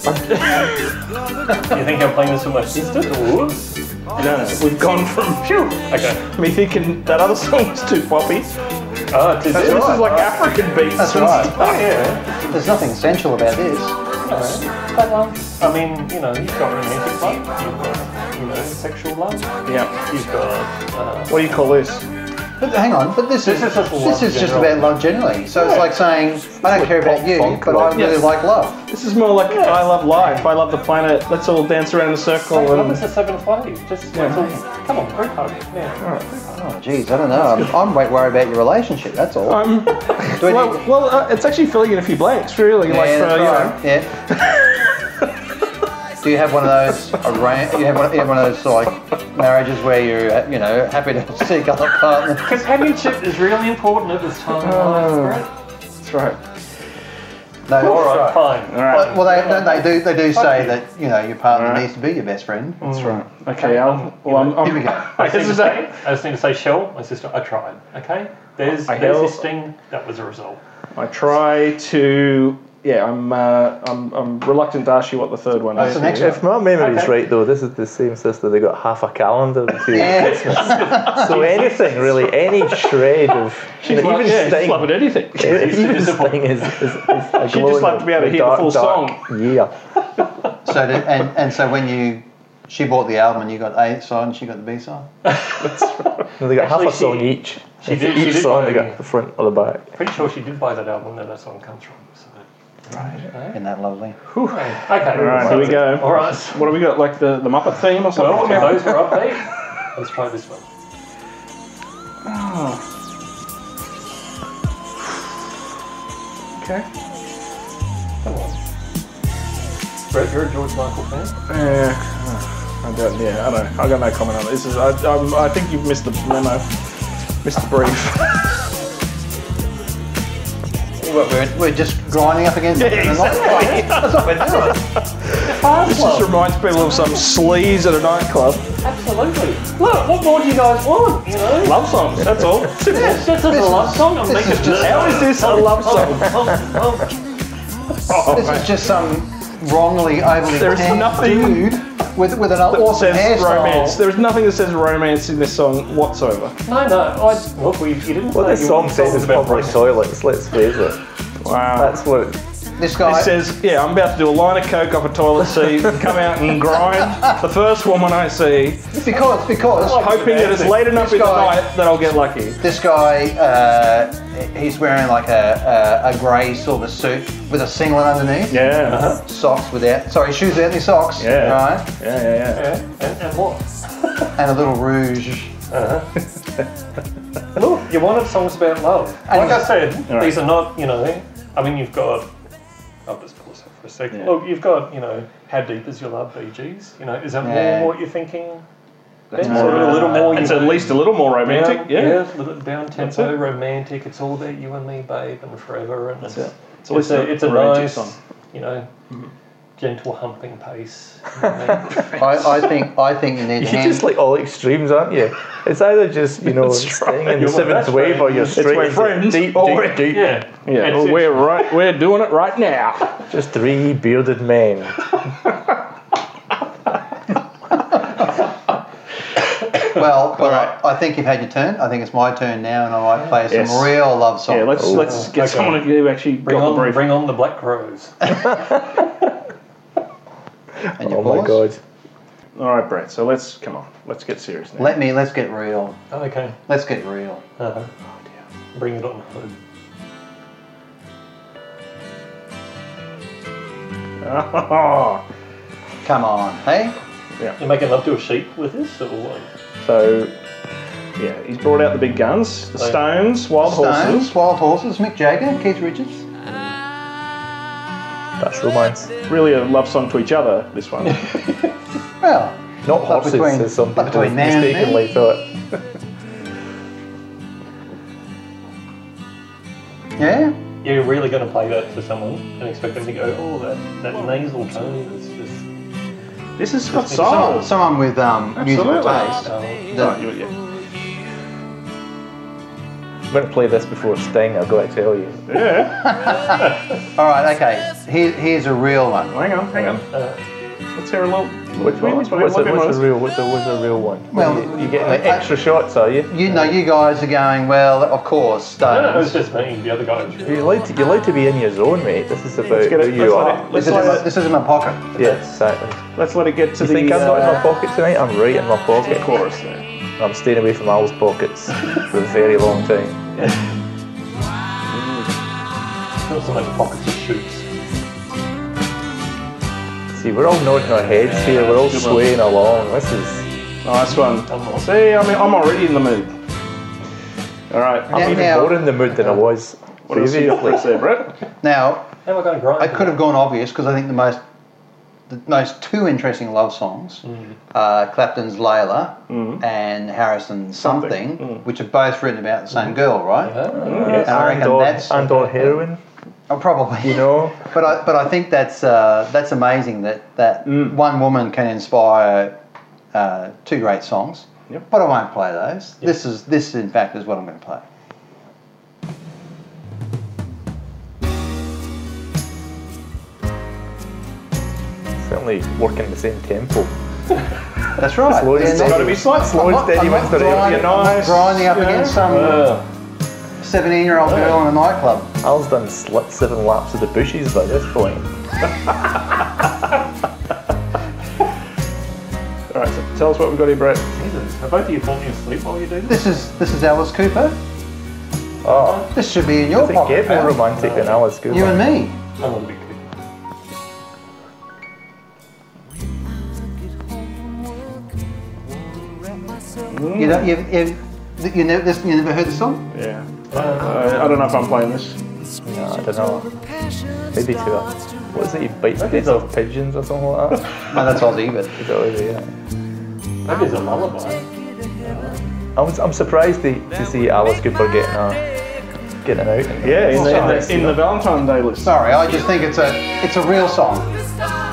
Speaker 4: you think I'm playing this with my sister? Ooh.
Speaker 5: No, no, we've gone from phew,
Speaker 4: Okay.
Speaker 5: me thinking that other song was too poppy.
Speaker 4: Ah, to
Speaker 5: This
Speaker 4: do.
Speaker 5: is like African beats.
Speaker 2: That's
Speaker 5: and
Speaker 2: right.
Speaker 5: stuff.
Speaker 4: Yeah.
Speaker 2: There's nothing sensual about this.
Speaker 4: Alright. But, um, I mean, you know, you've got romantic love. You've got you know, sexual love.
Speaker 5: Yeah.
Speaker 4: You've got uh,
Speaker 5: What do you call this?
Speaker 2: But hang on, but this,
Speaker 4: This
Speaker 2: is,
Speaker 4: is just
Speaker 2: this
Speaker 4: love
Speaker 2: is just
Speaker 4: generally.
Speaker 2: about love generally. So it's like saying I don't care about you,
Speaker 3: funk,
Speaker 2: but
Speaker 3: like-
Speaker 2: I really
Speaker 5: Yes.
Speaker 2: like love.
Speaker 5: This is more like I love life. I love the planet. Let's all dance around in a circle
Speaker 4: love
Speaker 5: and
Speaker 4: is a seventh wave. Just
Speaker 5: Yeah.
Speaker 4: like, come on, group hug. Yeah.
Speaker 2: Oh, geez, I don't know. I'm, I'm wait worried about your relationship. That's all.
Speaker 5: Um,
Speaker 2: Do I need-
Speaker 5: well, well uh, it's actually filling in a few blanks, really.
Speaker 2: yeah,
Speaker 5: like uh, for,
Speaker 2: that's
Speaker 5: you
Speaker 2: right. Yeah. Do you have one of those arra- you have one, you have one of those like marriages where you're uh, you know happy to seek other partners?
Speaker 4: Companionship is really important at this time.
Speaker 5: Oh.
Speaker 4: Right?
Speaker 5: know, that's right.
Speaker 2: No, that's
Speaker 4: All
Speaker 2: right.
Speaker 4: right, fine.
Speaker 5: Oh. All right,
Speaker 2: Well, well, they, don't they do they do say that you know your partner needs to be your best friend.
Speaker 5: that's right. Okay, Al. Well, I'm, I'm,
Speaker 2: Here we go.
Speaker 4: I just, need
Speaker 5: This
Speaker 4: to
Speaker 5: is
Speaker 4: say,
Speaker 5: a-
Speaker 4: I just need to say, Shell, my sister, I tried. Okay, there's
Speaker 5: I
Speaker 4: there's
Speaker 5: held-
Speaker 4: this thing that was a result.
Speaker 5: I try to. Yeah, I'm. Uh, I'm. I'm reluctant to ask you what the third one
Speaker 2: That's
Speaker 5: is.
Speaker 2: the next
Speaker 3: If
Speaker 2: one.
Speaker 3: my memory's
Speaker 4: Okay.
Speaker 3: right, though, this is the same sister that got half a calendar with you
Speaker 2: Yeah.
Speaker 3: at Christmas. So anything, really, any shred of
Speaker 5: She's
Speaker 3: even
Speaker 5: like, yeah, she's
Speaker 3: Sting,
Speaker 5: loving anything.
Speaker 3: even
Speaker 4: disappoint.
Speaker 3: Sting is, is, is a
Speaker 5: She
Speaker 3: glow
Speaker 5: just
Speaker 3: in
Speaker 5: loved to be able to hear the
Speaker 3: dark,
Speaker 5: full
Speaker 3: dark year.
Speaker 2: So did, and and so when you she bought the album and you got A side and she got the B side.
Speaker 3: No, they got
Speaker 4: Actually,
Speaker 3: half a song
Speaker 4: she-
Speaker 3: each.
Speaker 4: she did- she
Speaker 3: each
Speaker 4: did
Speaker 3: song,
Speaker 4: buy
Speaker 3: they
Speaker 4: me.
Speaker 3: got the front or the back.
Speaker 4: Pretty sure she did buy that album that that song comes from. So.
Speaker 2: Isn't that lovely?
Speaker 4: Okay,
Speaker 5: All right, here we go.
Speaker 4: All right.
Speaker 5: What have we got? Like the, the Muppet theme
Speaker 4: Well,
Speaker 5: or something?
Speaker 4: those were upbeat. Let's try this one.
Speaker 5: okay.
Speaker 4: Come on. Brett, you're a George Michael fan.
Speaker 5: Eh, I don't. Yeah, I don't. I got no comment on it. This is. I, um, I think you've missed the memo, missed the brief.
Speaker 2: What, we're, we're just grinding up against it. That's what we're doing.
Speaker 5: this just reminds people of some sleaze at a nightclub.
Speaker 4: Absolutely. Look, what more do you guys want? You know,
Speaker 5: Love songs. That's all.
Speaker 4: this is a love song. I'm
Speaker 2: This
Speaker 4: making
Speaker 2: is just
Speaker 5: How is this a love song?
Speaker 2: this is just some wrongly overly
Speaker 5: There's
Speaker 2: tanned
Speaker 5: nothing
Speaker 2: dude with with an
Speaker 5: That
Speaker 2: awesome
Speaker 5: says
Speaker 2: hairstyle.
Speaker 5: romance. There is nothing that says romance in this song whatsoever.
Speaker 4: No, no. I, look, we, you didn't.
Speaker 3: What
Speaker 4: say
Speaker 3: this
Speaker 4: you
Speaker 3: song
Speaker 4: wanted
Speaker 3: says
Speaker 4: songs
Speaker 3: is
Speaker 4: about
Speaker 3: public
Speaker 4: breakup.
Speaker 3: toilets, let's face it.
Speaker 5: Wow.
Speaker 3: That's what.
Speaker 2: This guy.
Speaker 5: It says, yeah, I'm about to do a line of coke off a toilet seat, come out and grind. The first woman I see,
Speaker 2: because because
Speaker 5: hoping that it's late enough in the
Speaker 2: guy-
Speaker 5: night that I'll get lucky.
Speaker 2: this guy uh, he's wearing like a a, a grey silver suit with a singlet underneath,
Speaker 5: Yeah.
Speaker 2: socks without sorry shoes without any socks,
Speaker 5: Yeah.
Speaker 2: right,
Speaker 5: Yeah, yeah, yeah.
Speaker 4: Yeah, and, and what?
Speaker 2: and a little rouge.
Speaker 4: Look, you wanted songs about love. Like I said,
Speaker 5: All right.
Speaker 4: these are not. You know, I mean, you've got. oh, I'll just pause it for a second.
Speaker 5: Yeah.
Speaker 4: Look, you've got. You know, how deep is your love, BGs? You know, is that
Speaker 2: Yeah.
Speaker 4: more what you're thinking?
Speaker 2: That's
Speaker 4: Ben's a little more.
Speaker 5: Uh, It's
Speaker 4: you
Speaker 5: at least a little more romantic.
Speaker 4: down,
Speaker 5: Yeah.
Speaker 4: a little down
Speaker 5: That's
Speaker 4: tempo,
Speaker 5: it.
Speaker 4: romantic. It's all about you and me, babe, and forever. And it's,
Speaker 5: it. It's
Speaker 4: it's, a,
Speaker 5: always
Speaker 4: it's a
Speaker 5: a romantic
Speaker 4: nice,
Speaker 5: song. Mm-hmm.
Speaker 4: you know, gentle humping pace. you know.
Speaker 2: I, I think I think you need
Speaker 3: You're
Speaker 2: hand-
Speaker 3: just like all extremes, aren't you? It's either just, you know, Sting
Speaker 4: You're
Speaker 3: in the
Speaker 4: my
Speaker 3: seventh
Speaker 4: best
Speaker 3: wave or
Speaker 4: friend.
Speaker 3: you're
Speaker 4: It's
Speaker 3: straight
Speaker 5: my
Speaker 3: into
Speaker 5: friends.
Speaker 3: deep,
Speaker 5: Oh,
Speaker 3: deep, deep.
Speaker 4: yeah,
Speaker 5: Yeah,
Speaker 4: It's-
Speaker 5: well,
Speaker 4: it's-
Speaker 5: we're right. We're doing it right now.
Speaker 3: Just three bearded men.
Speaker 2: Well, but I, I think you've had your turn. I think it's my turn now, and I might play some
Speaker 5: Yes.
Speaker 2: real love song.
Speaker 5: Yeah, let's let's get
Speaker 4: Okay.
Speaker 5: someone who actually
Speaker 4: Bring
Speaker 5: got
Speaker 4: on,
Speaker 5: the brief.
Speaker 4: bring on the black crows.
Speaker 2: and you
Speaker 3: Oh my
Speaker 2: pause.
Speaker 3: god.
Speaker 5: All right, Brett. So let's come on. Let's get serious now.
Speaker 2: Let me let's get real.
Speaker 4: okay.
Speaker 2: Let's get real.
Speaker 4: Uh-huh.
Speaker 5: Oh,
Speaker 4: Bring it on. home.
Speaker 2: Come on, hey.
Speaker 4: You're making love to a sheep with this, or what?
Speaker 5: so, yeah, he's brought out the big guns, the
Speaker 4: Right.
Speaker 5: Stones, Wild
Speaker 2: Stones,
Speaker 5: Horses.
Speaker 2: Wild Horses, Mick Jagger, Keith Richards.
Speaker 3: That's romance.
Speaker 5: Really a love song to each other. This one.
Speaker 2: Well,
Speaker 3: Not horses,
Speaker 2: between-
Speaker 3: as some
Speaker 2: but
Speaker 3: people
Speaker 2: between eh? man and
Speaker 3: mistakenly thought.
Speaker 2: yeah.
Speaker 4: You're really going to play that to someone and expect them to go, oh, that, that nasal tone is just.
Speaker 5: this has got
Speaker 2: Someone,
Speaker 5: soul.
Speaker 2: someone with um, musical
Speaker 5: Oh. Absolutely.
Speaker 2: taste.
Speaker 4: Oh,
Speaker 2: That,
Speaker 5: Right, you- yeah.
Speaker 3: I'm going to play this before Sting, I've got to tell you.
Speaker 5: yeah.
Speaker 2: all right, okay. Here, here's a real one.
Speaker 5: Hang on, hang on.
Speaker 4: uh,
Speaker 5: Let's hear a little.
Speaker 3: Which one? What's,
Speaker 5: Which one?
Speaker 3: the, what's the
Speaker 5: Might be mine.
Speaker 3: real? What's the, what's the real one?
Speaker 2: Well,
Speaker 3: you, you're getting the extra shots, are you?
Speaker 2: You know, you guys are going, well, of course,
Speaker 4: No, no, it was
Speaker 2: Stones.
Speaker 4: just me. The other guy was really.
Speaker 3: You like to, you like to be in your zone, mate. This is about
Speaker 5: Let's get
Speaker 3: who
Speaker 5: it. Let's
Speaker 3: you
Speaker 5: let
Speaker 3: are.
Speaker 5: it,
Speaker 2: This
Speaker 5: let's
Speaker 2: is,
Speaker 5: let it,
Speaker 2: this is in my pocket.
Speaker 3: Yeah, exactly.
Speaker 5: let's let it get to
Speaker 3: You
Speaker 5: the.
Speaker 3: think I'm not in
Speaker 5: uh,
Speaker 3: my pocket tonight? I'm right in my pocket.
Speaker 5: chorus there.
Speaker 3: I'm staying away from Al's pockets for a very long time.
Speaker 4: Also, like pockets of shoots.
Speaker 3: See, we're all nodding our heads here. We're all swaying along. This is.
Speaker 5: Nice one. See, I mean, I'm already in the mood. All right.
Speaker 3: I'm
Speaker 2: Yeah,
Speaker 3: even
Speaker 2: now-
Speaker 3: more in the mood than I was
Speaker 5: What else you got for us
Speaker 3: previously.
Speaker 5: there, Brett?
Speaker 2: Now,
Speaker 4: How am I going to grind?
Speaker 2: I could have gone obvious because I think the most, the most two interesting love songs,
Speaker 5: Mm.
Speaker 2: uh, Clapton's Layla and Harrison's Something,
Speaker 5: Mm.
Speaker 2: which are both written about the same girl, right?
Speaker 3: Yes,
Speaker 2: I reckon
Speaker 3: and, on,
Speaker 2: that's-
Speaker 3: and on heroin,
Speaker 2: Oh, probably.
Speaker 3: you know.
Speaker 2: But I, but I think that's uh, that's amazing that that
Speaker 5: Mm.
Speaker 2: one woman can inspire uh, two great songs.
Speaker 5: Yep.
Speaker 2: But I won't play those. This is this in fact is what I'm going to play.
Speaker 3: Certainly working the same tempo.
Speaker 2: That's right.
Speaker 3: Slow and
Speaker 2: Yeah,
Speaker 3: steady.
Speaker 5: Got to be slight.
Speaker 3: Slow and steady
Speaker 2: I'm
Speaker 3: wins
Speaker 2: not
Speaker 3: the
Speaker 2: grinding,
Speaker 3: rail.
Speaker 5: nice,
Speaker 2: I'm not grinding up
Speaker 5: you know?
Speaker 2: against some
Speaker 5: Uh,
Speaker 2: 17 year old girl in a nightclub.
Speaker 3: Al's done sl- seven laps of the bushes by this point.
Speaker 5: all right. So tell us what we've got here, Brett.
Speaker 4: Jesus, have both of you fallen asleep while you do this?
Speaker 2: This is this is Alice Cooper.
Speaker 3: Oh,
Speaker 2: This should be in your
Speaker 3: I think
Speaker 2: pocket.
Speaker 3: get more
Speaker 2: pal.
Speaker 3: romantic than Alice Cooper.
Speaker 2: You and me.
Speaker 4: I'm a little bit good.
Speaker 2: You don't, you've, you've, you never this, you never heard the song?
Speaker 5: Yeah. Uh, I don't know if I'm playing this.
Speaker 3: No, I don't know. Maybe two. What is it? You bite the heads off pigeons or something like that?
Speaker 2: No, that's Aussie, but
Speaker 3: Is that what it is? Yeah.
Speaker 4: That is a lullaby.
Speaker 3: I was, I'm surprised to, to see Alice Cooper getting a, getting out. in the-
Speaker 5: Yeah, in the, in
Speaker 2: Sorry.
Speaker 5: the, in the Valentine Day list.
Speaker 2: sorry, I just think it's a it's a real song.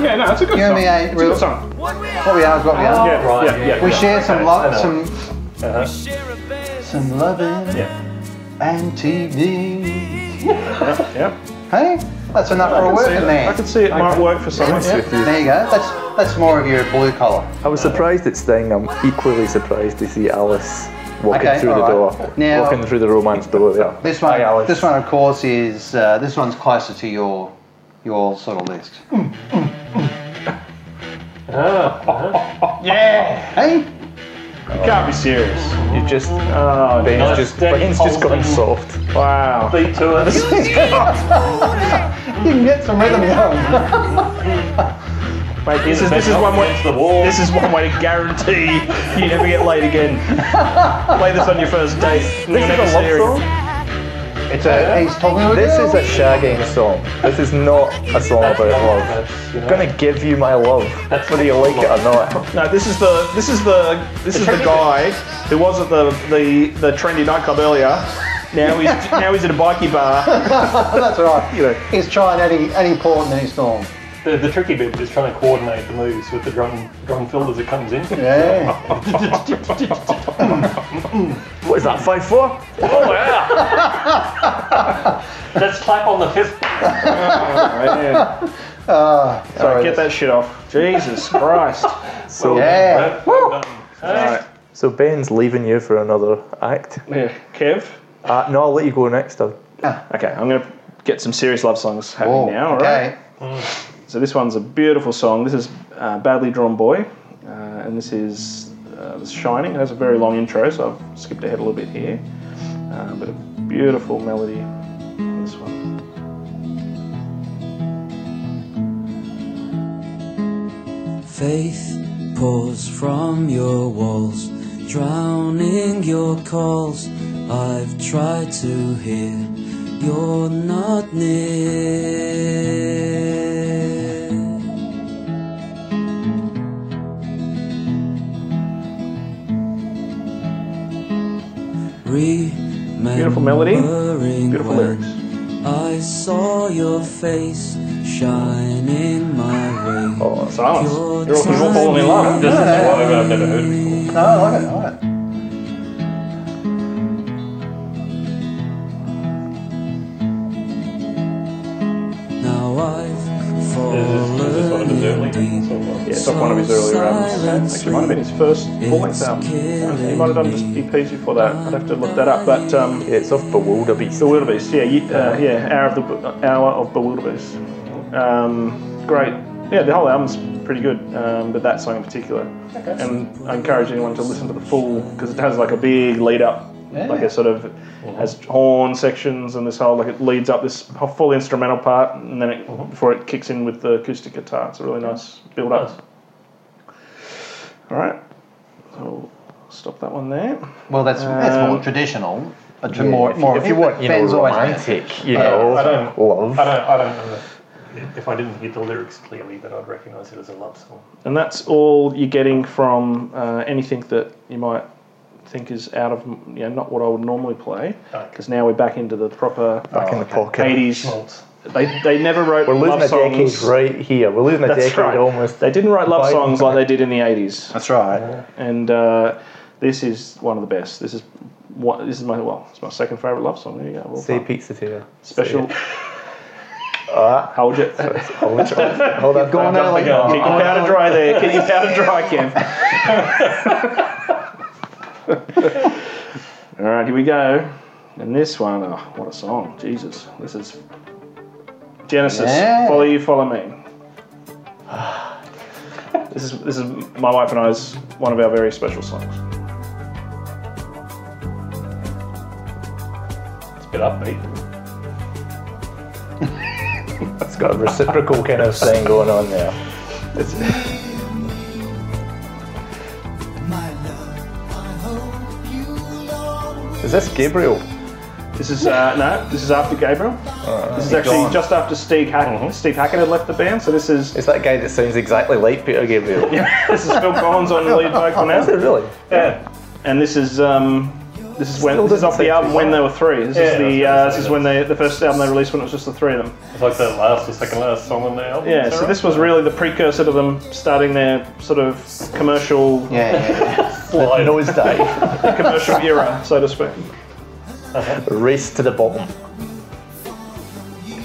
Speaker 5: Yeah, no, it's a good
Speaker 2: You and
Speaker 5: song.
Speaker 2: me eh? ain't
Speaker 5: it's a
Speaker 2: real-
Speaker 5: good song.
Speaker 2: What we are is what we are.
Speaker 5: Oh. Yeah,
Speaker 4: right,
Speaker 5: yeah,
Speaker 4: yeah,
Speaker 5: yeah.
Speaker 2: We
Speaker 5: yeah.
Speaker 2: share some
Speaker 4: okay,
Speaker 2: love,
Speaker 4: I know.
Speaker 2: some
Speaker 4: Uh-huh.
Speaker 2: some loving
Speaker 4: Yeah.
Speaker 2: and TV.
Speaker 5: yeah.
Speaker 2: Hey, that's enough for a
Speaker 5: I can see
Speaker 2: working
Speaker 5: it. I
Speaker 2: man.
Speaker 5: can see it might work for someone.
Speaker 3: Honestly
Speaker 5: Yeah.
Speaker 3: with you.
Speaker 2: There you go. That's that's more of your blue collar.
Speaker 3: I was surprised at Sting. I'm equally surprised to see Alice walking
Speaker 2: Okay,
Speaker 3: through the
Speaker 2: alright.
Speaker 3: door,
Speaker 2: Now-
Speaker 3: walking through the romance door. Yeah.
Speaker 2: This one,
Speaker 3: Hi, Alice.
Speaker 2: this one, of course, is uh, this one's closer to your your sort of list.
Speaker 3: Uh-huh,
Speaker 5: yeah.
Speaker 2: Hey,
Speaker 5: You can't be serious.
Speaker 3: You just,
Speaker 5: Oh,
Speaker 3: Ben's
Speaker 4: Nice
Speaker 3: just,
Speaker 4: Sting
Speaker 3: Ben's just gone
Speaker 4: holding.
Speaker 3: soft.
Speaker 5: wow.
Speaker 4: Beat to it.
Speaker 2: you can get some rhythm going.
Speaker 5: Mate, this is, this is one way.
Speaker 4: against the wall.
Speaker 5: This is one way to guarantee you never get laid again. Play this on your first date. This
Speaker 3: is a love song?
Speaker 2: It's a he's talking to a
Speaker 3: This is
Speaker 2: girl.
Speaker 3: a shagging song. This is not a song about love.
Speaker 4: That's, Uh, you know,
Speaker 3: I'm gonna give you my love, whether you like it or not.
Speaker 5: No, this is the this is the this is the guy who was at the the, the trendy nightclub earlier. Now he's now he's at a bikie bar.
Speaker 2: Oh, That's right.
Speaker 5: You know.
Speaker 2: He's trying any any port and any storm.
Speaker 4: the, the tricky bit is trying to coordinate the moves with the drum drum fill as it comes in.
Speaker 2: Yeah.
Speaker 3: What is that? Five four?
Speaker 4: Oh yeah! Let's clap on the fifth.
Speaker 5: Yeah.
Speaker 2: Sorry.
Speaker 5: Get that shit off. Jesus Christ.
Speaker 3: So,
Speaker 2: Yeah.
Speaker 4: Right, well done.
Speaker 5: All right.
Speaker 3: so Ben's leaving you for another act.
Speaker 5: Yeah. Kev.
Speaker 3: Uh, no, I'll let you go next. I'll,
Speaker 5: Okay, I'm gonna get some serious love songs happening
Speaker 2: Oh,
Speaker 5: now. All right.
Speaker 2: okay.
Speaker 5: So this one's a beautiful song. This is uh, Badly Drawn Boy, uh, and this is uh, The Shining. It has a very long intro, so I've skipped ahead a little bit here. Uh, but a beautiful melody on this one.
Speaker 6: Faith pours from your walls, drowning your calls. I've tried to hear, you're not near.
Speaker 5: Beautiful melody,
Speaker 6: Remembering
Speaker 5: Beautiful
Speaker 6: when
Speaker 5: lyrics.
Speaker 6: I saw your face shining my way.
Speaker 3: oh, so
Speaker 5: Silence. You're all, you're all falling in love.
Speaker 4: This is one I've never heard before.
Speaker 2: No, I like it. I like it.
Speaker 6: Now I've
Speaker 4: This is, this is what I
Speaker 6: fallen
Speaker 4: deserve.
Speaker 6: in deep.
Speaker 4: So, uh,
Speaker 5: Yeah, it's off one of his earlier albums. Actually, it might have been his first full-length album. He might have done just EPs before that. I'd have to look that up. But um,
Speaker 3: Yeah, it's off Bewilderbeast.
Speaker 5: The Wildebeest, yeah, you, uh, yeah, Hour of the Be- Hour of the Wildebeest. Um, great. Yeah, the whole album's pretty good, um, but that song in particular. And I encourage anyone to listen to the full because it has like a big lead up, like a sort of has horn sections and this whole like it leads up this whole full instrumental part, and then it before it kicks in with the acoustic guitar. It's a really nice build up.
Speaker 4: Nice.
Speaker 5: All right, so we'll stop that one there.
Speaker 2: Well, that's that's more
Speaker 5: Um,
Speaker 2: traditional. A tr- more, more
Speaker 3: if you want, you know,
Speaker 2: Ben's always-
Speaker 3: romantic, you
Speaker 2: Yeah,
Speaker 3: know,
Speaker 4: I don't-
Speaker 3: love.
Speaker 4: I don't, I don't know. If I didn't get the lyrics clearly, then I'd recognise it as a love song.
Speaker 5: And that's all you're getting from uh, anything that you might think is out of, you know, not what I would normally play.
Speaker 4: Right.
Speaker 5: Because now we're back into the proper
Speaker 3: Back in the pocket.
Speaker 5: 80s.
Speaker 4: Schmaltz.
Speaker 5: They, they never wrote
Speaker 3: We're losing
Speaker 5: love
Speaker 3: a
Speaker 5: songs.
Speaker 3: decade right here. We're losing a
Speaker 5: That's
Speaker 3: decade
Speaker 5: right.
Speaker 3: almost.
Speaker 5: They didn't write love
Speaker 3: By-
Speaker 5: songs like they did in the 80s.
Speaker 2: That's right.
Speaker 5: And uh, this is one of the best. This is what this is my well, it's my second favorite love song. There you go. Well
Speaker 3: Say
Speaker 5: done.
Speaker 3: pizza to you.
Speaker 5: Special.
Speaker 3: Ah,
Speaker 5: Hold it. Keep
Speaker 3: hold it. Hold on.
Speaker 2: Gone early.
Speaker 4: go.
Speaker 5: your powder dry there. Keep your powder dry, Kev. All right, here we go. And this one, oh, what a song. Jesus. This is Genesis.
Speaker 2: Yeah.
Speaker 5: Follow you, follow me. This is, this is my wife and I's one of our very special songs.
Speaker 4: It's a bit upbeat.
Speaker 3: It's got a reciprocal kind of thing going on there.
Speaker 5: It's,
Speaker 3: Is this Gabriel?
Speaker 5: this is uh, no, this is after Gabriel. this is actually
Speaker 3: gone.
Speaker 5: just after Steve, Hack- Steve Hackett had left the band. So this is
Speaker 3: It's that guy that sounds exactly like Peter Gabriel.
Speaker 5: this is Phil Collins on lead vocal now.
Speaker 3: Is it really?
Speaker 5: Yeah. And this is um, this is when
Speaker 3: Still
Speaker 5: this is
Speaker 3: doesn't
Speaker 5: off the
Speaker 3: say
Speaker 5: album
Speaker 3: too
Speaker 5: when
Speaker 3: well.
Speaker 5: they were three. This
Speaker 4: Yeah, I
Speaker 5: is
Speaker 4: was
Speaker 5: the
Speaker 4: gonna
Speaker 5: uh,
Speaker 4: say
Speaker 5: this is
Speaker 4: that's-
Speaker 5: when they the first album they released when it was just the three of them.
Speaker 4: It's like the last or second last song on the album.
Speaker 5: Yeah.
Speaker 4: is
Speaker 5: So
Speaker 4: that
Speaker 5: this
Speaker 4: right?
Speaker 5: was really the precursor to them starting their sort of commercial
Speaker 2: Yeah, yeah, yeah.
Speaker 4: Fly.
Speaker 3: Nose dive.
Speaker 5: commercial era, so to speak.
Speaker 3: Race to the bottom.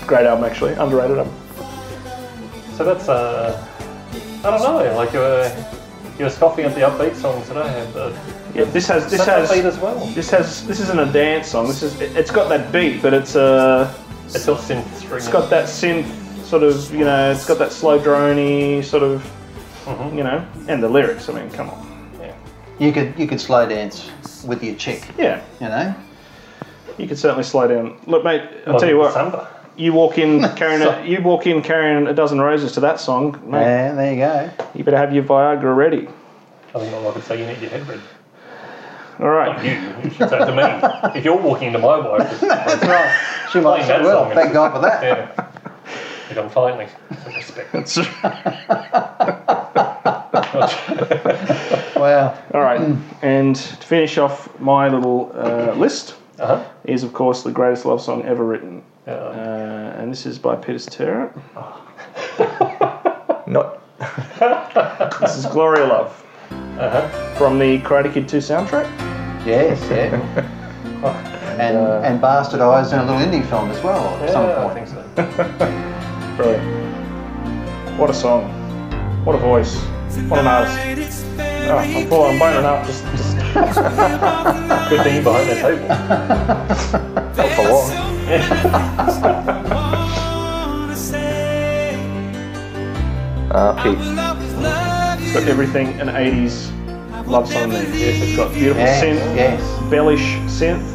Speaker 5: Great album actually, underrated album.
Speaker 4: So that's uh, I don't know. Like you were, you were scoffing at the upbeat songs that I have. But
Speaker 5: Yeah, this has this
Speaker 4: it's not upbeat
Speaker 5: has
Speaker 4: as well.
Speaker 5: this has this isn't a dance song. This is it's got that beat, but it's uh
Speaker 4: It's got synth string.
Speaker 5: it's got that synth sort of you know it's got that slow droney sort of
Speaker 4: Mm-hmm.
Speaker 5: you know and the lyrics. I mean, come on,
Speaker 2: You could you could slow dance with your chick,
Speaker 5: yeah.
Speaker 2: you know.
Speaker 5: You could certainly slow down. Look, mate, I'll tell you what.
Speaker 4: Samba.
Speaker 5: You walk in carrying a, you walk in carrying a dozen roses to that song, mate.
Speaker 2: Yeah, there you go.
Speaker 5: You better have your Viagra ready.
Speaker 4: I think I could say you need your head read.
Speaker 5: All right.
Speaker 4: You, you should say it to me. If you're walking to my wife,
Speaker 2: That's right. She might
Speaker 4: Playing
Speaker 2: say,
Speaker 4: that
Speaker 2: well,
Speaker 4: song.
Speaker 2: thank God for that.
Speaker 4: yeah. Like I'm finally some respect.
Speaker 2: Wow.
Speaker 5: All right. And to finish off my little uh, list
Speaker 4: Uh-huh.
Speaker 5: is of course the greatest love song ever written,
Speaker 4: Yeah.
Speaker 5: uh, and this is by Peter Cetera.
Speaker 3: Not
Speaker 5: This is Gloria Love from the Karate Kid 2 soundtrack.
Speaker 2: Yes, yeah. and
Speaker 5: Uh,
Speaker 2: and bastardised in a little indie film as well at some
Speaker 4: yeah, I
Speaker 2: point.
Speaker 4: think so.
Speaker 5: Brilliant. What a song. What a voice. What an artist. Oh, I'm full. I'm burning up. Just, just
Speaker 4: Good thing you're behind that table.
Speaker 3: for long. Ah, Pete.
Speaker 5: got everything an 80s love song needs. Yes, it's got beautiful
Speaker 2: Yes,
Speaker 5: synth,
Speaker 2: yes.
Speaker 5: bellish synth.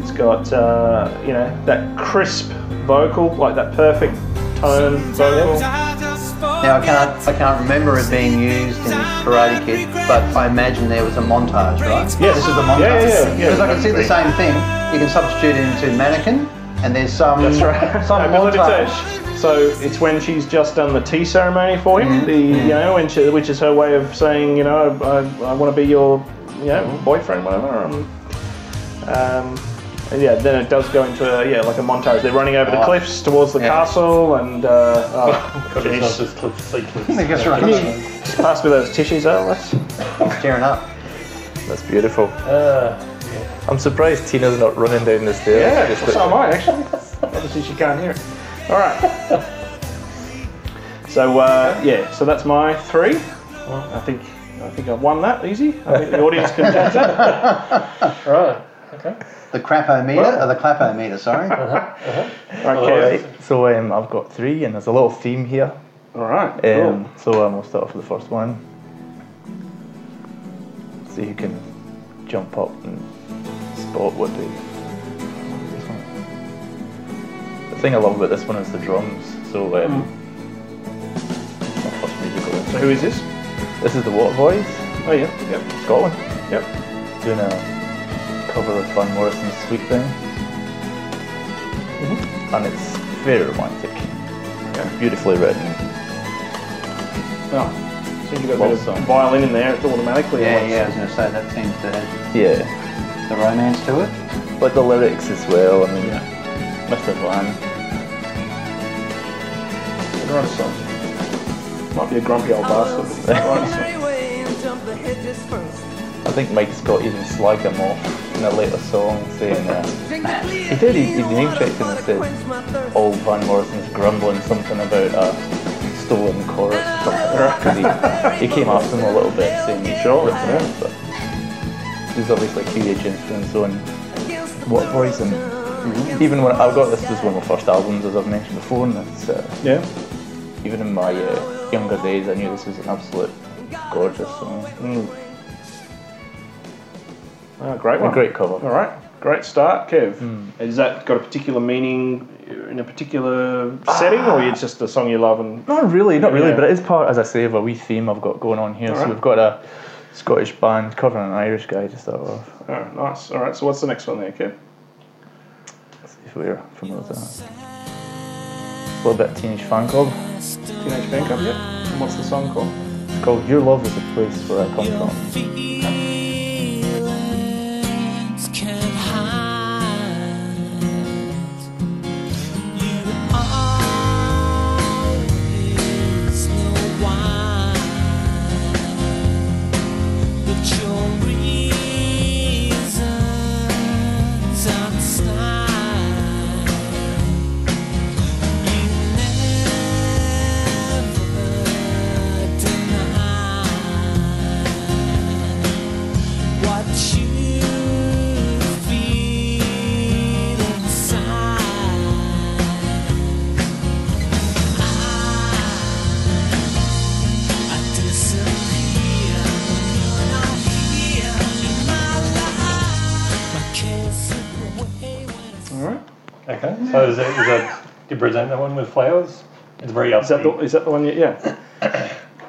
Speaker 5: It's got uh, you know that crisp vocal, like that perfect tone vocal.
Speaker 2: Now I can't I can't remember it being used in Karate Kid, but I imagine there was a montage, right?
Speaker 5: Yes,
Speaker 2: This is the
Speaker 5: yeah,
Speaker 2: montage.
Speaker 5: yeah, yeah. yeah.
Speaker 2: Because I can see the same thing. You can substitute it into mannequin, and there's some
Speaker 5: That's right.
Speaker 2: some
Speaker 5: I mean, let me tell you.
Speaker 2: montage.
Speaker 5: So it's when she's just done the tea ceremony for him, the
Speaker 2: Mm-hmm.
Speaker 5: you know, when she, which is her way of saying, you know, I, I, want to be your, you know,
Speaker 2: Mm-hmm.
Speaker 5: boyfriend, whatever. Um, um, and yeah, then it does go into a yeah, like a montage. They're running over the
Speaker 2: Oh.
Speaker 5: cliffs towards the
Speaker 2: Yeah.
Speaker 5: castle, and uh, oh,
Speaker 4: God, it's not
Speaker 5: jeez.
Speaker 4: just clips, see clips.
Speaker 2: That's right.
Speaker 5: Just pass me those tissues, Alex.
Speaker 2: Tearing up.
Speaker 3: That's beautiful.
Speaker 4: Uh,
Speaker 3: I'm surprised Tina's not running down the stairs.
Speaker 5: Yeah,
Speaker 3: Just
Speaker 5: so am I actually. Obviously, she can't hear it. All right. So uh, yeah, so that's my three. I think I think I've won that easy. I think the audience can judge that.
Speaker 4: Right. Okay.
Speaker 2: The crapo meter, or the clapo meter, sorry.
Speaker 5: Okay.
Speaker 3: Right, so um, I've got three, and there's a little theme here.
Speaker 5: All right. Cool.
Speaker 3: Um, So um, we'll start off with the first one. So you can jump up and spot what the. this one. The thing I love about this one is the drums. So um, my first musical
Speaker 5: So
Speaker 3: instrument.
Speaker 5: who is this?
Speaker 3: This is the Water Boys,
Speaker 5: Oh yeah. Yep.
Speaker 3: Scotland,
Speaker 5: Yep.
Speaker 3: doing a cover of Van Morrison's Sweet Thing, and it's very romantic,
Speaker 5: Mm-hmm. Yeah.
Speaker 3: beautifully written.
Speaker 5: Oh. Seems you got a
Speaker 3: Well
Speaker 5: bit of
Speaker 3: sung.
Speaker 5: violin in there. It's automatically.
Speaker 2: Yeah,
Speaker 5: like-
Speaker 2: yeah, I was going to say that seems to have
Speaker 3: Yeah.
Speaker 2: the romance to it.
Speaker 3: But the lyrics as well, I mean,
Speaker 5: Yeah.
Speaker 3: Mr. Glam.
Speaker 5: He can write a song. Might be a grumpy old bastard. But he can write a song.
Speaker 3: I think Mike Scott even slagged him off in a later song, saying uh,
Speaker 7: He did, he, he name checked him and said, oh,
Speaker 3: old Van Morrison's grumbling something about a stolen chorus or something. 'Cause he, he came after him a little bit, saying he
Speaker 7: Sure,
Speaker 3: yeah. but he's obviously a huge influence on.
Speaker 7: what voice and
Speaker 3: Even when I've got this was one of my first albums, as I've mentioned before, and it's, uh,
Speaker 5: Yeah.
Speaker 3: even in my uh, younger days, I knew this was an absolute gorgeous song.
Speaker 5: Ah, great one.
Speaker 3: A great Hmm. cover.
Speaker 5: All right. Great start, Kev. Has that got a particular meaning in a particular setting, or it's just a song you love and
Speaker 3: Not really, not really,
Speaker 5: Yeah.
Speaker 3: but it is part, as I say, of a wee theme I've got going on here. so
Speaker 5: Alright.
Speaker 3: we've got a Scottish band covering an Irish guy to start off.
Speaker 5: oh, nice? All right. So what's the next one there, Kev?
Speaker 3: If we're familiar with that. A little bit of Teenage Fan Club.
Speaker 5: Teenage Fan Club. Yep. And what's the song called?
Speaker 3: It's called Your Love is the Place Where I Come From.
Speaker 6: Feelings can't hide. You always know why, but your reasons outside. You never deny what you feel inside. I, I disappear when you're not here in my life. My cares slip away when I
Speaker 5: All right.
Speaker 4: Okay. So is that, is that did you present that one with flowers? It's very upbeat.
Speaker 5: Is that the is that the one? You, yeah.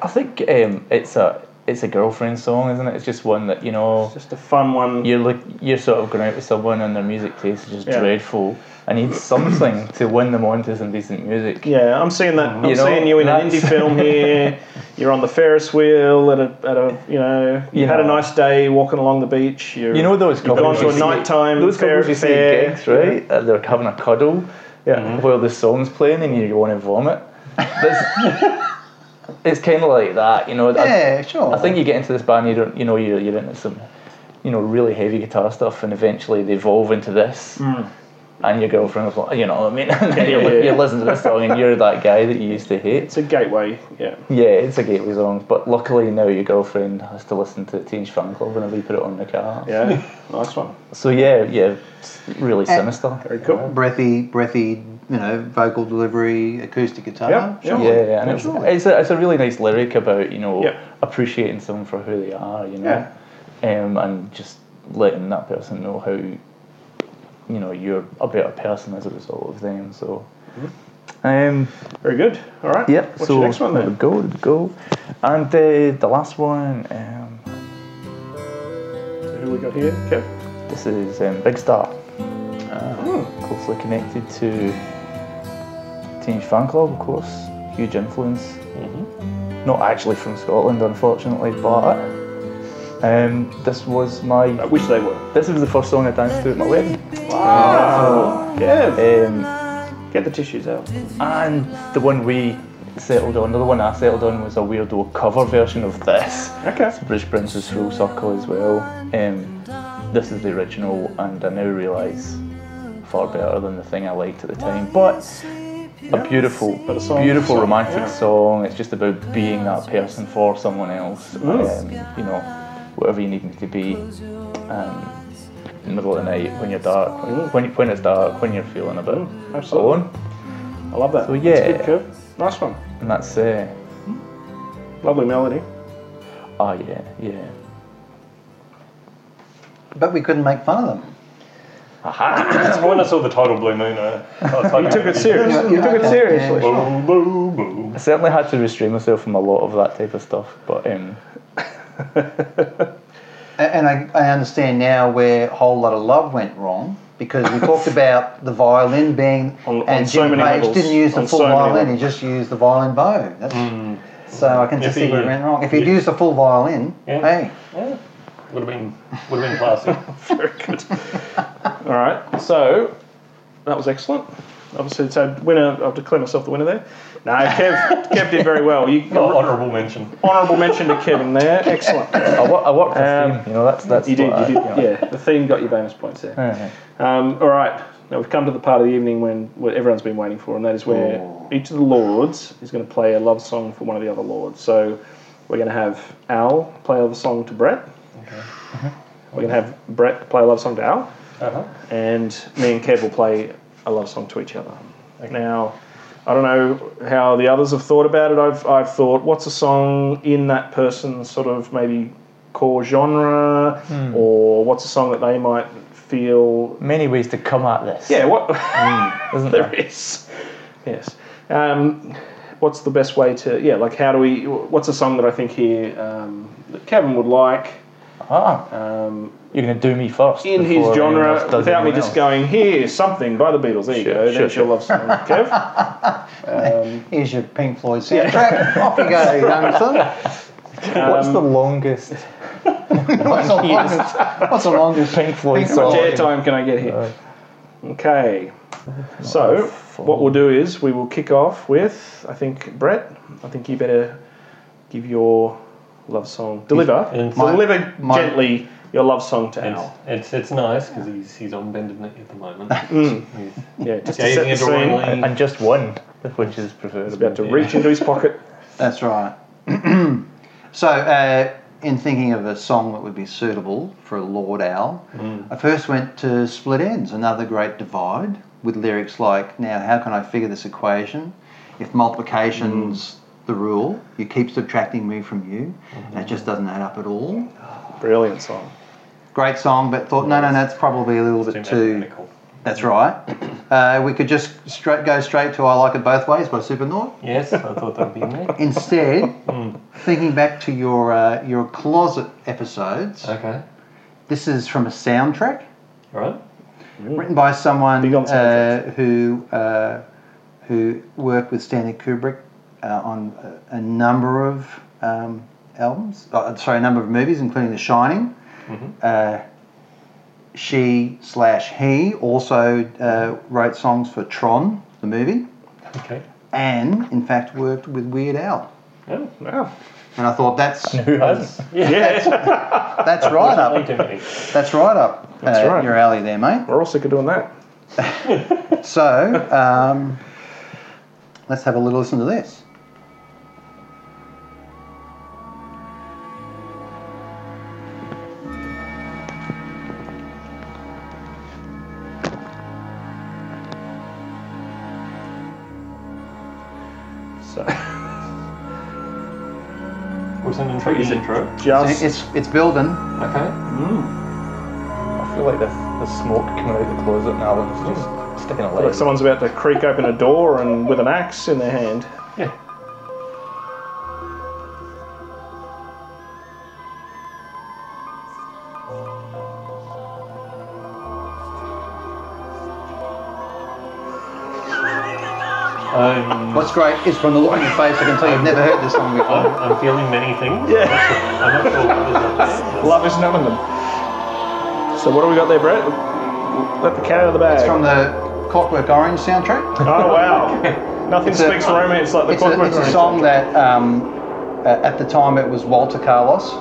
Speaker 3: I think um, it's a it's a girlfriend song, isn't it? It's just one that, you know,
Speaker 5: Just a fun one.
Speaker 3: you're, like, you're sort of going out with someone and their music taste is just
Speaker 5: Yeah.
Speaker 3: dreadful. I need something to win them on to some decent music.
Speaker 5: Yeah, I'm seeing that. I'm
Speaker 3: You know,
Speaker 5: seeing you in an
Speaker 3: that's-
Speaker 5: indie film here. You're on the Ferris wheel at a, at a you know. You had a
Speaker 3: Yeah.
Speaker 5: nice day walking along the beach. You're,
Speaker 3: You know those couples
Speaker 5: gone to
Speaker 3: you
Speaker 5: a
Speaker 3: see-
Speaker 5: nighttime
Speaker 3: those
Speaker 5: fair-
Speaker 3: couples you see Mm-hmm. at
Speaker 5: fair. Mm-hmm.
Speaker 3: gigs, right? Uh, they're having a cuddle while the song's playing, and you want to vomit. That's- it's kind of like that, you know. I-
Speaker 2: Yeah,
Speaker 5: Oh.
Speaker 2: sure.
Speaker 3: I, think you get into this band, you don't, you know, you're, you're into some, you know, really heavy guitar stuff, and eventually they evolve into this. And your girlfriend was like, you know what I mean? And then you,
Speaker 5: Mm. yeah, yeah.
Speaker 3: you listen to this song and you're that guy that you used to hate.
Speaker 5: It's a gateway. Yeah.
Speaker 3: Yeah, it's a gateway song, but luckily now your girlfriend has to listen to Teenage Fan Club whenever you put it on the car.
Speaker 5: Yeah. nice one.
Speaker 3: So yeah, yeah, it's really sinister.
Speaker 5: Very cool.
Speaker 2: Breathy, breathy, you know, vocal delivery, acoustic guitar.
Speaker 5: Yeah, yeah.
Speaker 2: sure.
Speaker 3: Yeah, yeah, and it's,
Speaker 2: Sure.
Speaker 3: it's, a, it's a really nice lyric about you know
Speaker 5: Yeah.
Speaker 3: appreciating someone for who they are, you know, um, and just letting that person know how you know you're a better person as a result of them. So, um,
Speaker 5: Very good. All right.
Speaker 3: yeah.
Speaker 5: Mm-hmm. What's
Speaker 3: so
Speaker 5: your next one
Speaker 3: there we
Speaker 5: then?
Speaker 3: go, there we go, and uh, the last one. Um,
Speaker 5: So who we got here? Kev.
Speaker 3: This is um, Big Star,
Speaker 5: Ah.
Speaker 3: uh, closely connected to Teenage Fan Club, of course. Huge influence.
Speaker 5: Mm-hmm.
Speaker 3: Not actually from Scotland, unfortunately, but um, this was
Speaker 5: I
Speaker 3: my.
Speaker 5: wish they were.
Speaker 3: This was the first song I danced to at my wedding,
Speaker 5: Wow. Kev.
Speaker 3: um,
Speaker 5: Get the tissues out.
Speaker 3: and the one we settled on, the one I settled on, was a weirdo cover version of this.
Speaker 5: Okay.
Speaker 3: British Prince's Full Circle as well. Um, this is the original, and I now realise far better than the thing I liked at the time. But a beautiful,
Speaker 5: a song-
Speaker 3: beautiful
Speaker 5: song,
Speaker 3: romantic
Speaker 5: yeah.
Speaker 3: song. It's just about being that person for someone else.
Speaker 5: Mm.
Speaker 3: Um, you know, whatever you need me to be. Um, in the middle of the night, when you're dark,
Speaker 5: Mm.
Speaker 3: when, when, when it's dark, when you're feeling a bit
Speaker 5: Absolutely.
Speaker 3: alone.
Speaker 5: I love that.
Speaker 3: So,
Speaker 5: That's
Speaker 3: yeah.
Speaker 5: good, Kev. Nice one.
Speaker 3: And that's uh,
Speaker 5: Lovely melody.
Speaker 3: oh yeah, yeah.
Speaker 2: But we couldn't make fun of them.
Speaker 4: That's when I saw the title Blue Moon. I, I was like,
Speaker 5: You took it seriously. You took it
Speaker 2: Yeah.
Speaker 5: seriously.
Speaker 4: Boo, boo, boo.
Speaker 3: I certainly had to restrain myself from a lot of that type of stuff, but um,
Speaker 2: A- And I, I understand now where a whole lot of love went wrong because we talked about the violin being
Speaker 5: On- on
Speaker 2: and
Speaker 5: so
Speaker 2: Jim
Speaker 5: many
Speaker 2: Page
Speaker 5: levels.
Speaker 2: didn't use the
Speaker 5: On
Speaker 2: full
Speaker 5: so many
Speaker 2: violin; he
Speaker 5: levels.
Speaker 2: just used the violin bow. That's, So I can just
Speaker 4: If
Speaker 2: see where it
Speaker 4: he-
Speaker 2: went wrong. If he'd
Speaker 4: yeah.
Speaker 2: used the full violin,
Speaker 4: Yeah.
Speaker 2: hey,
Speaker 4: Yeah. Would have been, would have been classy.
Speaker 5: Very good. All right. So that was excellent. Obviously, so winner. I've declared myself the winner there. No, Kev, Kev did very well. You
Speaker 4: Oh, honourable mention.
Speaker 5: honourable mention to Kevin there. Excellent.
Speaker 3: I, wor- I worked for
Speaker 5: Um,
Speaker 3: theme. You know, that's that's
Speaker 5: You did.
Speaker 3: what
Speaker 5: You
Speaker 3: I-
Speaker 5: did. Yeah. The theme got you bonus points there.
Speaker 3: Uh-huh.
Speaker 5: Um, all right. Now we've come to the part of the evening when what everyone's been waiting for, and that is where each of the lords is going to play a love song for one of the other lords. So we're going to have Al play a love song to Brett. We're going to have Brett play a love song to Al,
Speaker 4: Uh-huh.
Speaker 5: and me and Kev will play a love song to each other. Now, I don't know how the others have thought about it. I've, I've thought, what's a song in that person's sort of maybe core genre,
Speaker 3: Hmm.
Speaker 5: or what's a song that they might feel
Speaker 3: Many ways to come at this.
Speaker 5: yeah, what
Speaker 3: Hmm, isn't
Speaker 5: there
Speaker 3: there?
Speaker 5: is. Yes. Um, what's the best way to? Yeah, like how do we? What's a song that I think here um, that Kevin would like
Speaker 3: Ah,
Speaker 5: um,
Speaker 3: you're gonna do me first
Speaker 5: in his
Speaker 3: before anyone else
Speaker 5: genre
Speaker 3: does
Speaker 5: without me
Speaker 3: anyone
Speaker 5: just
Speaker 3: else.
Speaker 5: going here something by the Beatles? There you
Speaker 3: Sure,
Speaker 5: go.
Speaker 3: sure,
Speaker 5: That's your love song, Kev.
Speaker 2: here's your Pink Floyd soundtrack. Off you go, youngster.
Speaker 3: What's
Speaker 5: um,
Speaker 3: the longest
Speaker 2: What's the longest? What's the longest?
Speaker 3: Pink Floyd
Speaker 2: Pink
Speaker 3: song?
Speaker 2: Floyd.
Speaker 5: Chair time can I get here? Okay. So what we'll do is we will kick off with I think Brett. I think you better give your love song deliver
Speaker 4: And
Speaker 2: My-
Speaker 5: deliver
Speaker 2: my-
Speaker 5: gently your love song to
Speaker 4: It's,
Speaker 5: Al.
Speaker 4: it's, it's nice because he's, he's on bended knee at the moment. He's
Speaker 5: Yeah, just to set
Speaker 4: gazing
Speaker 5: the
Speaker 4: into
Speaker 5: scene.
Speaker 4: Ryan Lee.
Speaker 3: and just one, which is preferred.
Speaker 5: He's about to reach into his pocket.
Speaker 2: That's right. so, uh, in thinking of a song that would be suitable for Lord Owl, I first went to Split Ends, another great divide, with lyrics like, Now, how can I figure this equation? If multiplication's the rule, you keep subtracting me from you, and it just doesn't add up at all.
Speaker 5: Brilliant song.
Speaker 2: Great song, but thought, no, no, no, it's probably a little bit too.
Speaker 4: mathematical.
Speaker 2: That's right. Uh, we could just straight go straight to I Like It Both Ways by Supernaut.
Speaker 4: Yes, I thought that'd be me.
Speaker 2: Instead,
Speaker 5: Hmm.
Speaker 2: thinking back to your uh, your closet episodes,
Speaker 4: Okay.
Speaker 2: this is from a soundtrack
Speaker 4: All right.
Speaker 2: written by someone
Speaker 5: Big on
Speaker 2: uh,
Speaker 5: soundtracks.
Speaker 2: who uh, who worked with Stanley Kubrick uh, on a, a number of um, albums. Uh, sorry, a number of movies, including The Shining.
Speaker 5: Mm-hmm.
Speaker 2: Uh, she slash he also uh, wrote songs for Tron, the movie,
Speaker 4: Okay.
Speaker 2: and in fact worked with Weird Al.
Speaker 4: Yeah.
Speaker 5: Wow.
Speaker 2: And I thought that's
Speaker 3: Who has?
Speaker 4: That's, yeah.
Speaker 2: that's right up.
Speaker 4: Way too many.
Speaker 2: That's right up uh,
Speaker 5: right.
Speaker 2: your alley there, mate.
Speaker 5: We're all sick of doing that.
Speaker 2: So um, let's have a little listen to this.
Speaker 5: So
Speaker 4: Was an intriguing intro.
Speaker 5: just
Speaker 2: It's it's building.
Speaker 4: Okay.
Speaker 3: I feel like the, the smoke coming out of the closet and Alan's just sticking a
Speaker 5: like
Speaker 3: leg.
Speaker 5: someone's about to creak open a door and with an axe in their hand.
Speaker 4: Yeah. Um,
Speaker 2: What's great is from the look on your face, I can tell you've never heard this song
Speaker 4: I'm,
Speaker 2: before.
Speaker 4: I'm feeling many things.
Speaker 5: Yeah.
Speaker 4: I'm not sure what is up there.
Speaker 5: Love is none of them. So what do we got there, Brett? Let the cat out of the bag.
Speaker 2: It's from the Clockwork Orange soundtrack.
Speaker 5: oh wow. Nothing
Speaker 2: a-
Speaker 5: speaks romance like the
Speaker 2: It's a,
Speaker 5: clockwork
Speaker 2: it's a
Speaker 5: Orange.
Speaker 2: song that um, uh, at the time it was Walter Carlos,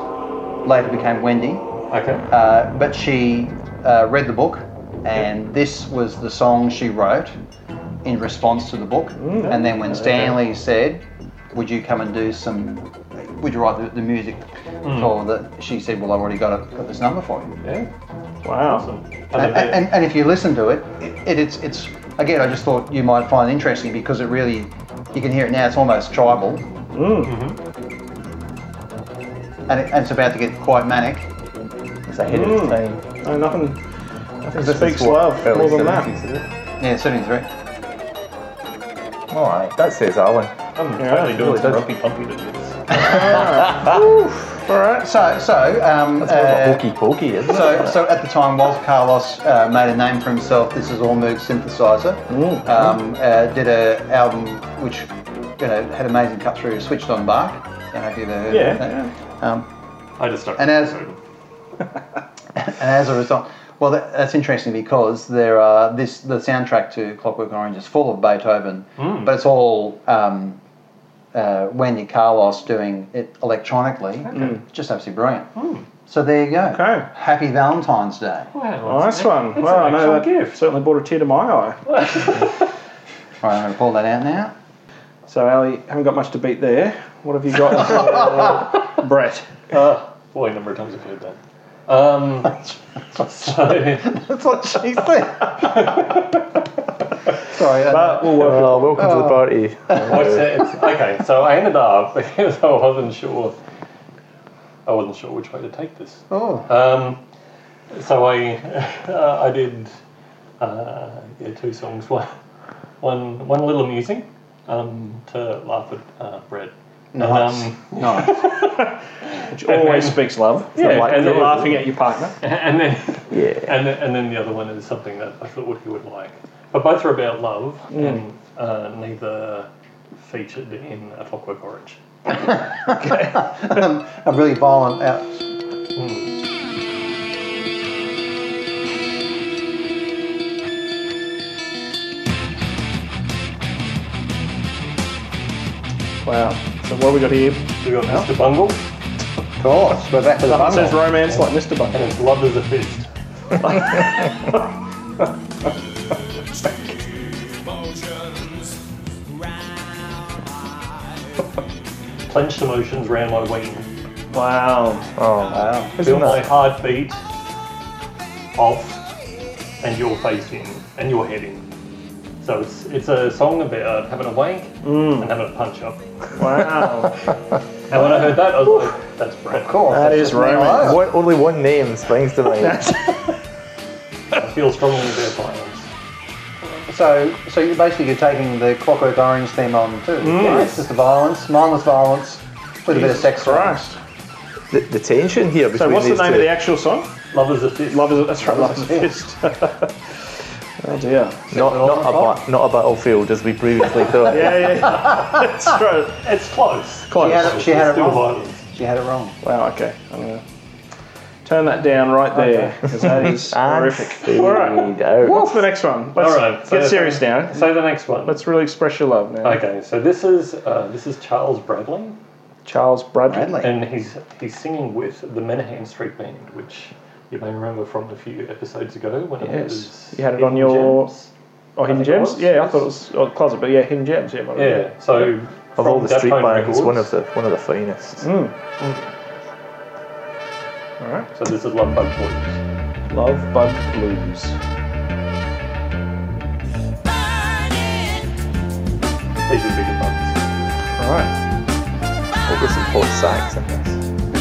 Speaker 2: later became Wendy.
Speaker 4: Okay.
Speaker 2: Uh, but she uh, read the book, and this was the song she wrote in response to the book. And then when Stanley said, "Would you come and do some? Would you write the, the music for the?" She said, "Well, I've already got a, got this number for you."
Speaker 4: Yeah.
Speaker 5: Wow.
Speaker 4: Awesome.
Speaker 2: And,
Speaker 5: uh,
Speaker 2: and, and if you listen to it, it, it's it's again. I just thought you might find it interesting because it really, you can hear it now. It's almost tribal,
Speaker 5: Mm.
Speaker 2: and, it, and it's about to get quite manic.
Speaker 3: It's ahead of its time.
Speaker 5: No, nothing, nothing
Speaker 3: This
Speaker 5: Mm. speaks
Speaker 3: is what,
Speaker 5: love
Speaker 3: early
Speaker 5: more than that.
Speaker 3: 70s, is it?
Speaker 2: Yeah, seventy three.
Speaker 3: All right, that says that one.
Speaker 4: I'm
Speaker 5: Yeah,
Speaker 4: totally doing
Speaker 3: really
Speaker 4: some
Speaker 3: does.
Speaker 4: rumpy pumpy to this.
Speaker 5: All right.
Speaker 2: So so um, uh,
Speaker 3: Hokey pokey, isn't it?
Speaker 2: so so at the time, whilst Carlos uh, made a name for himself, this is all Moog synthesizer.
Speaker 5: Mm.
Speaker 2: Um, uh, did a album which you know had amazing cut through. Switched on Bark. Don't know if you've ever heard
Speaker 5: Yeah,
Speaker 2: of that. Um,
Speaker 4: I just stuck.
Speaker 2: And
Speaker 4: with
Speaker 2: as-
Speaker 4: the title.
Speaker 2: And as a result, well, that, that's interesting because there are this the soundtrack to Clockwork Orange is full of Beethoven, but it's all um, uh, Wendy Carlos doing it electronically. It's Just absolutely brilliant. So there you go.
Speaker 5: Okay.
Speaker 2: Happy Valentine's Day.
Speaker 4: Wow, that's
Speaker 5: Nice
Speaker 4: an-
Speaker 5: one.
Speaker 4: that's an
Speaker 5: Well, I know that
Speaker 4: actual gift.
Speaker 5: certainly brought a tear to my eye.
Speaker 2: All right, I'm going to pull that out now.
Speaker 5: So, Ali, haven't got much to beat there. What have you got for Brett?
Speaker 4: Uh, boy, number of times I've heard that. Um, so,
Speaker 2: That's what she said. Sorry. uh,
Speaker 5: But we'll work
Speaker 3: Oh, welcome to the party.
Speaker 4: what's it? It's, okay, so I ended up because I wasn't sure. I wasn't sure which way to take this.
Speaker 2: oh,
Speaker 4: Um, so I, I did uh, yeah, two songs. One, one, one little amusing um, to laugh at uh, Brett.
Speaker 2: nice.
Speaker 4: Um,
Speaker 2: nice.
Speaker 5: Which always speaks love.
Speaker 4: Yeah,
Speaker 5: like
Speaker 4: and
Speaker 5: you're
Speaker 4: then-
Speaker 5: laughing at your partner.
Speaker 4: and then
Speaker 3: Yeah.
Speaker 4: and, and then the other one is something that I thought he would like. But both are about love, and uh, neither featured in A Clockwork Orange.
Speaker 2: a really violent uh, out.
Speaker 5: Wow. So, what have we got here?
Speaker 4: We got Mr. Bungle,
Speaker 2: Of course, we're back to the
Speaker 5: It says
Speaker 2: bundle.
Speaker 5: romance like Mr.
Speaker 4: and
Speaker 5: Bungle.
Speaker 4: it's Love is a Fist. Clenched emotions round my wing.
Speaker 5: Wow.
Speaker 3: Oh,
Speaker 2: Wow.
Speaker 5: Isn't
Speaker 4: Feel my
Speaker 5: that?
Speaker 4: heartbeat off, and your face in, and your head in. So it's it's a song about having a wank and having a punch up.
Speaker 5: Wow.
Speaker 4: And when I heard that, I was like, that's Brett.
Speaker 2: Of course.
Speaker 5: That
Speaker 2: that's
Speaker 5: is
Speaker 2: just me all
Speaker 5: romance.
Speaker 2: over.
Speaker 3: One- only one name springs to mind.
Speaker 4: I feel strongly about violence.
Speaker 2: So, so you're basically you're taking the Clockwork Orange theme on too. right? It's just the violence, mindless violence, with a bit of sex.
Speaker 5: Christ.
Speaker 3: the, the tension here between
Speaker 5: So, what's the
Speaker 3: these
Speaker 5: name
Speaker 3: two.
Speaker 5: of the actual song?
Speaker 4: Love is a fist.
Speaker 5: Love is a, that's right, Love is a Fist. oh dear.
Speaker 3: not, not, a ba- not a battlefield as we previously thought.
Speaker 5: Yeah, yeah. That's right.
Speaker 4: It's close.
Speaker 2: She
Speaker 5: Close.
Speaker 2: had it, she had it
Speaker 4: Still
Speaker 2: wrong.
Speaker 4: violence.
Speaker 2: She had it wrong.
Speaker 5: Wow, okay. I'm going to turn that down right there because that is
Speaker 4: Ah,
Speaker 3: And
Speaker 5: horrific.
Speaker 3: fade
Speaker 5: All right.
Speaker 3: out.
Speaker 5: What's the next one? Let's
Speaker 4: All right, so-
Speaker 5: get serious now.
Speaker 4: So the next one.
Speaker 5: Let's really express your love now.
Speaker 4: Okay, so this is uh, this is Charles Bradley,
Speaker 5: Charles Bradley.
Speaker 2: Bradley.
Speaker 4: and he's he's singing with the Menahan Street Band, which you may remember from a few episodes ago when it
Speaker 5: Yes.
Speaker 4: was.
Speaker 5: You had it on
Speaker 4: Hidden
Speaker 5: your-
Speaker 4: Gems.
Speaker 5: Oh, Hidden
Speaker 4: I think it
Speaker 5: Gems?
Speaker 4: was,
Speaker 5: yeah, I
Speaker 4: yes.
Speaker 5: thought it was oh, Closet, but yeah, Hidden Gems. Yeah, right.
Speaker 4: Yeah. So
Speaker 3: Of all
Speaker 4: from
Speaker 3: the street
Speaker 4: Dapone
Speaker 3: bands, one of
Speaker 4: Records.
Speaker 3: the one of the finest.
Speaker 5: All right.
Speaker 4: So this is Love Bug Boys.
Speaker 5: Love Bug Blues.
Speaker 4: These are bigger bugs.
Speaker 5: All right.
Speaker 3: What was it Paul Sachs in this?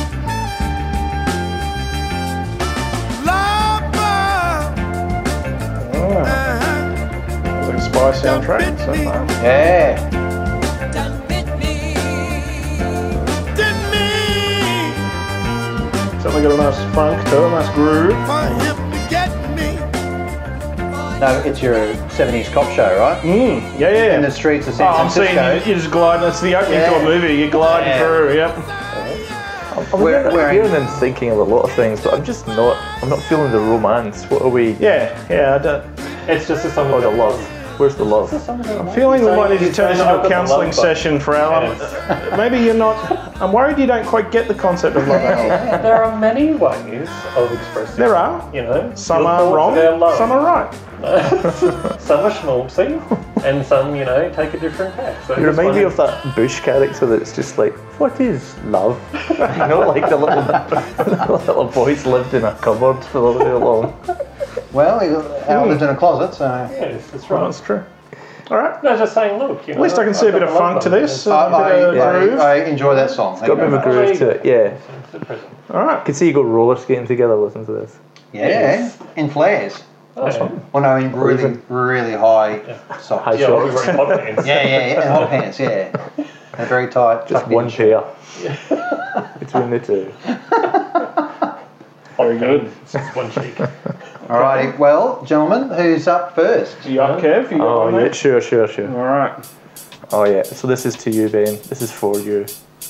Speaker 5: All right.
Speaker 6: uh-huh.
Speaker 5: It's like a spy soundtrack so far.
Speaker 2: Yeah.
Speaker 5: Certainly got a nice funk to it, a nice groove.
Speaker 2: No, it's your 70s cop show, right?
Speaker 5: Mm, yeah, yeah, yeah.
Speaker 2: In the streets of
Speaker 5: Oh,
Speaker 2: San
Speaker 5: I'm seeing
Speaker 2: Francisco.
Speaker 5: you, you're just gliding. It's the opening to a
Speaker 2: Yeah.
Speaker 5: movie. You're gliding
Speaker 2: Yeah.
Speaker 5: through. Yep.
Speaker 3: I'm
Speaker 2: We're-
Speaker 3: hearing,
Speaker 2: we're-
Speaker 3: I'm hearing and thinking of a lot of things, but I'm just not. I'm not feeling the romance. What are we?
Speaker 5: Yeah, yeah. I don't,
Speaker 4: It's just a song
Speaker 3: Or the
Speaker 4: about
Speaker 3: love. Where's the love?
Speaker 5: I'm feeling we might need to
Speaker 4: He's
Speaker 5: turn
Speaker 4: saying
Speaker 5: this
Speaker 4: I've got the
Speaker 5: into a counselling
Speaker 4: love bug.
Speaker 5: session for Alan. Maybe you're not. I'm worried you don't quite get the concept of love, Alan.
Speaker 4: There are many ways of expressing.
Speaker 5: There are.
Speaker 4: You know,
Speaker 5: Some
Speaker 4: your
Speaker 5: are
Speaker 4: thoughts
Speaker 5: wrong,
Speaker 4: about love.
Speaker 5: some are right.
Speaker 4: some are schmaltzy, and some, you know, take a different tack. So
Speaker 3: You
Speaker 4: this
Speaker 3: remind me
Speaker 4: one-
Speaker 3: of that Bush character that's just like, what is love? you know, like the little, the little boys lived in a cupboard for a little long.
Speaker 2: Well, he- Al lived in a closet, so I,
Speaker 4: Yes, that's right.
Speaker 5: That's true. All right.
Speaker 4: No, just saying, look. You
Speaker 5: At least I can see a bit of funk to this.
Speaker 2: I,
Speaker 5: A bit of groove.
Speaker 2: I, I enjoy that song. Thank
Speaker 3: Got a bit
Speaker 2: you
Speaker 3: of a
Speaker 2: very much.
Speaker 3: groove to it, yeah.
Speaker 5: All right.
Speaker 3: Could see you go roller skating together, listen to this.
Speaker 2: Yeah, in flares.
Speaker 4: That's fine.
Speaker 2: Well, no, in really, really high
Speaker 3: High
Speaker 2: socks.
Speaker 4: Yeah,
Speaker 2: Yeah,
Speaker 4: we were in hot pants.
Speaker 2: yeah, yeah, and hot pants. Yeah, and very tight.
Speaker 3: Just
Speaker 2: tucked in
Speaker 3: one pair between the two.
Speaker 5: Very good.
Speaker 4: Just one cheek.
Speaker 2: All righty. Well, gentlemen, who's up first?
Speaker 5: You up, Kev? You got
Speaker 3: Oh,
Speaker 5: one there?
Speaker 3: yeah, sure, sure, sure.
Speaker 5: All right.
Speaker 3: Oh, yeah. So this is to you, Ben. This is for you.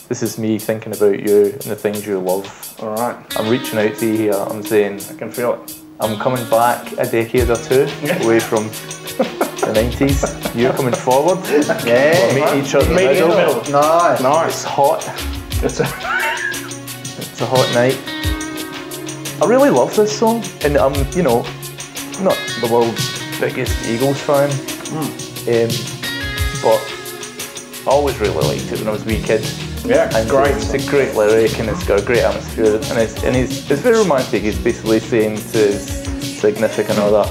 Speaker 3: This is me thinking about you and the things you love.
Speaker 5: All right.
Speaker 3: I'm reaching out to you here. I'm saying,
Speaker 5: I can feel it.
Speaker 3: I'm coming back a decade or two away from the 90s. You're coming forward.
Speaker 2: Yeah.
Speaker 3: Meet each other in the
Speaker 5: Meeting in the
Speaker 3: middle.
Speaker 5: middle.
Speaker 2: Nice.
Speaker 3: It's
Speaker 5: Nice.
Speaker 3: hot.
Speaker 5: It's a,
Speaker 3: It's a hot night. I really love this song, and I'm, you know, not the world's biggest Eagles fan, um, but I always really liked it when I was a wee kid.
Speaker 5: yeah, it's
Speaker 3: And
Speaker 5: great.
Speaker 3: It's a great lyric, and it's got a great atmosphere, and it's and it's, it's very romantic. He's basically saying to his significant other,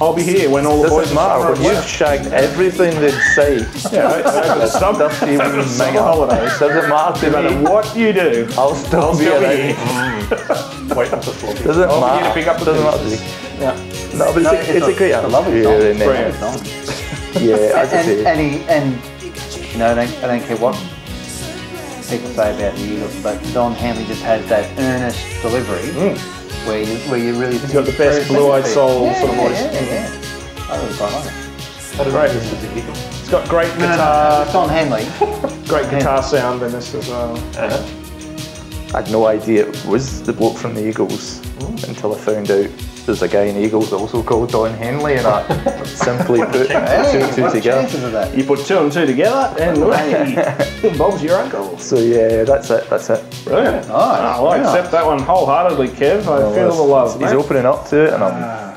Speaker 5: I'll be here when all the boys
Speaker 3: doesn't
Speaker 5: are
Speaker 3: matter
Speaker 5: somewhere
Speaker 3: when you've
Speaker 5: left."
Speaker 3: shagged everything they'd say.
Speaker 5: Yeah, right, over the summer.
Speaker 3: Dusty
Speaker 5: over the summer
Speaker 3: mega
Speaker 5: holidays.
Speaker 3: Doesn't matter
Speaker 5: No matter
Speaker 3: to me.
Speaker 5: what you do,
Speaker 3: I'll still be
Speaker 5: still be
Speaker 3: around.
Speaker 5: here.
Speaker 4: Wait up the floor.
Speaker 3: Doesn't
Speaker 5: I'll be here
Speaker 3: matter.
Speaker 5: Oh, to pick up the
Speaker 3: doesn't matter to
Speaker 5: pieces.
Speaker 3: me.
Speaker 5: Yeah.
Speaker 3: No, but it's,
Speaker 2: it's
Speaker 3: a, it's a,
Speaker 2: a-
Speaker 3: great
Speaker 2: it's a lovely
Speaker 3: atmosphere,
Speaker 2: song.
Speaker 3: and then-
Speaker 5: Brilliant.
Speaker 3: yeah, as I
Speaker 2: And,
Speaker 3: say,
Speaker 2: and he and you know, I don't, I don't care what people say about the Eagles, but Don Henley just has that earnest delivery where you where you really he's
Speaker 5: Mm. got the best blue-eyed soul
Speaker 2: yeah,
Speaker 5: sort of
Speaker 2: yeah,
Speaker 5: voice.
Speaker 2: Yeah, yeah. I really quite like it.
Speaker 5: Great. It's got great
Speaker 2: No, no, no,
Speaker 5: guitar,
Speaker 2: it's Uh, Don Henley.
Speaker 5: great guitar sound in this as well.
Speaker 3: I had no idea it was the bloke from the Eagles until I found out there's a guy in the Eagles also called Don Henley, and I simply put two
Speaker 2: Hey,
Speaker 3: and two
Speaker 2: what
Speaker 3: together.
Speaker 2: chances of that?
Speaker 5: You put two and two together, and hey, Bob's your uncle.
Speaker 3: So yeah, that's it. That's it.
Speaker 5: Brilliant.
Speaker 2: Nice,
Speaker 5: Oh, I
Speaker 2: very
Speaker 5: accept
Speaker 2: nice.
Speaker 5: that one wholeheartedly, Kev. I feel the love.
Speaker 3: He's
Speaker 5: mate.
Speaker 3: opening up to it, and I'm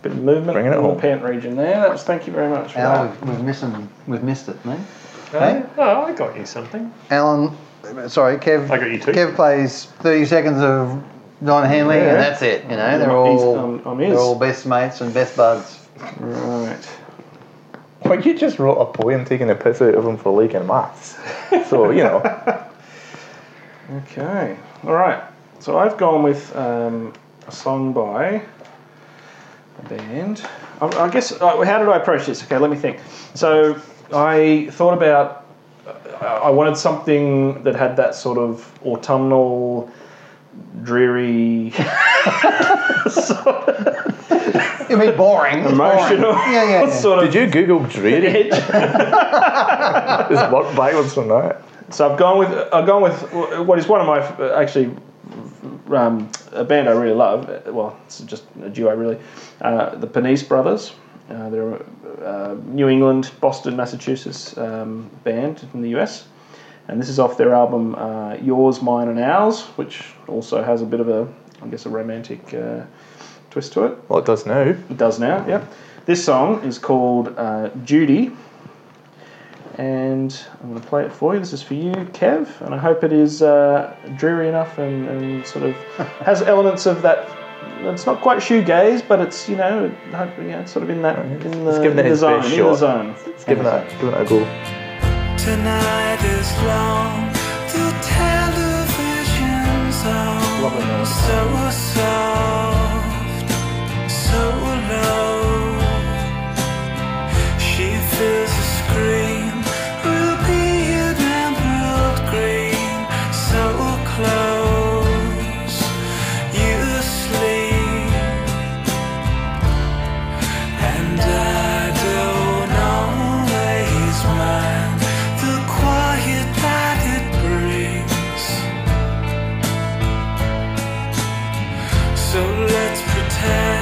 Speaker 5: Bit of movement
Speaker 3: Ah. Bringing it
Speaker 5: in
Speaker 3: home.
Speaker 5: the pant region there. That was, thank you very much for
Speaker 2: Al,
Speaker 5: that.
Speaker 2: we've, we've, missing, we've missed it, man.
Speaker 4: Oh, I got you something.
Speaker 2: Alan, sorry, Kev.
Speaker 4: I got you too.
Speaker 2: Kev plays 30 seconds of Don Henley,
Speaker 5: Yeah.
Speaker 2: and that's it. You know, they're
Speaker 5: He's-
Speaker 2: all
Speaker 5: I'm- I'm
Speaker 2: they're
Speaker 5: his.
Speaker 2: all best mates and best buds.
Speaker 5: Right.
Speaker 3: Well, you just wrote a poem taking the piss out of him for leaking maths. So, you know,
Speaker 5: Okay. All right. So I've gone with um, a song by a band. I, I guess. Uh, how did I approach this? Okay, let me think. So I thought about. uh, I I wanted something that had that sort of autumnal, dreary,
Speaker 2: You mean boring? It's boring.
Speaker 5: emotional
Speaker 2: Yeah, yeah, yeah.
Speaker 5: sort of
Speaker 3: did you Google dreary?
Speaker 5: edge.
Speaker 3: Just work backwards from that.
Speaker 5: So I've gone with I've gone with what is one of my actually um, a band I really love. Well, it's just a duo really, uh, the Panisse Brothers. Uh, they're a, a New England, Boston, Massachusetts um, band from the US, and this is off their album uh, Yours, Mine, and Ours, which also has a bit of a I guess a romantic uh, twist to it.
Speaker 3: Well, it does now.
Speaker 5: It does now, yeah. This song is called uh, Judy. And I'm going to play it for you. This is for you, Kev. And I hope it is uh, dreary enough and, and sort of has elements of that. It's not quite shoegaze, but it's, you know, it- you know, it's sort of in that, in the,
Speaker 3: given it
Speaker 5: in the
Speaker 3: its
Speaker 5: zone.
Speaker 3: best
Speaker 5: In the
Speaker 3: shot.
Speaker 5: zone.
Speaker 3: Let's give that, give that a go.
Speaker 6: Tonight is long. The television's on.
Speaker 5: Lovely melody.
Speaker 6: So soft, so low. She feels a scream. Ruby and emerald green. So close. You sleep. And I don't always mind the quiet that it brings. So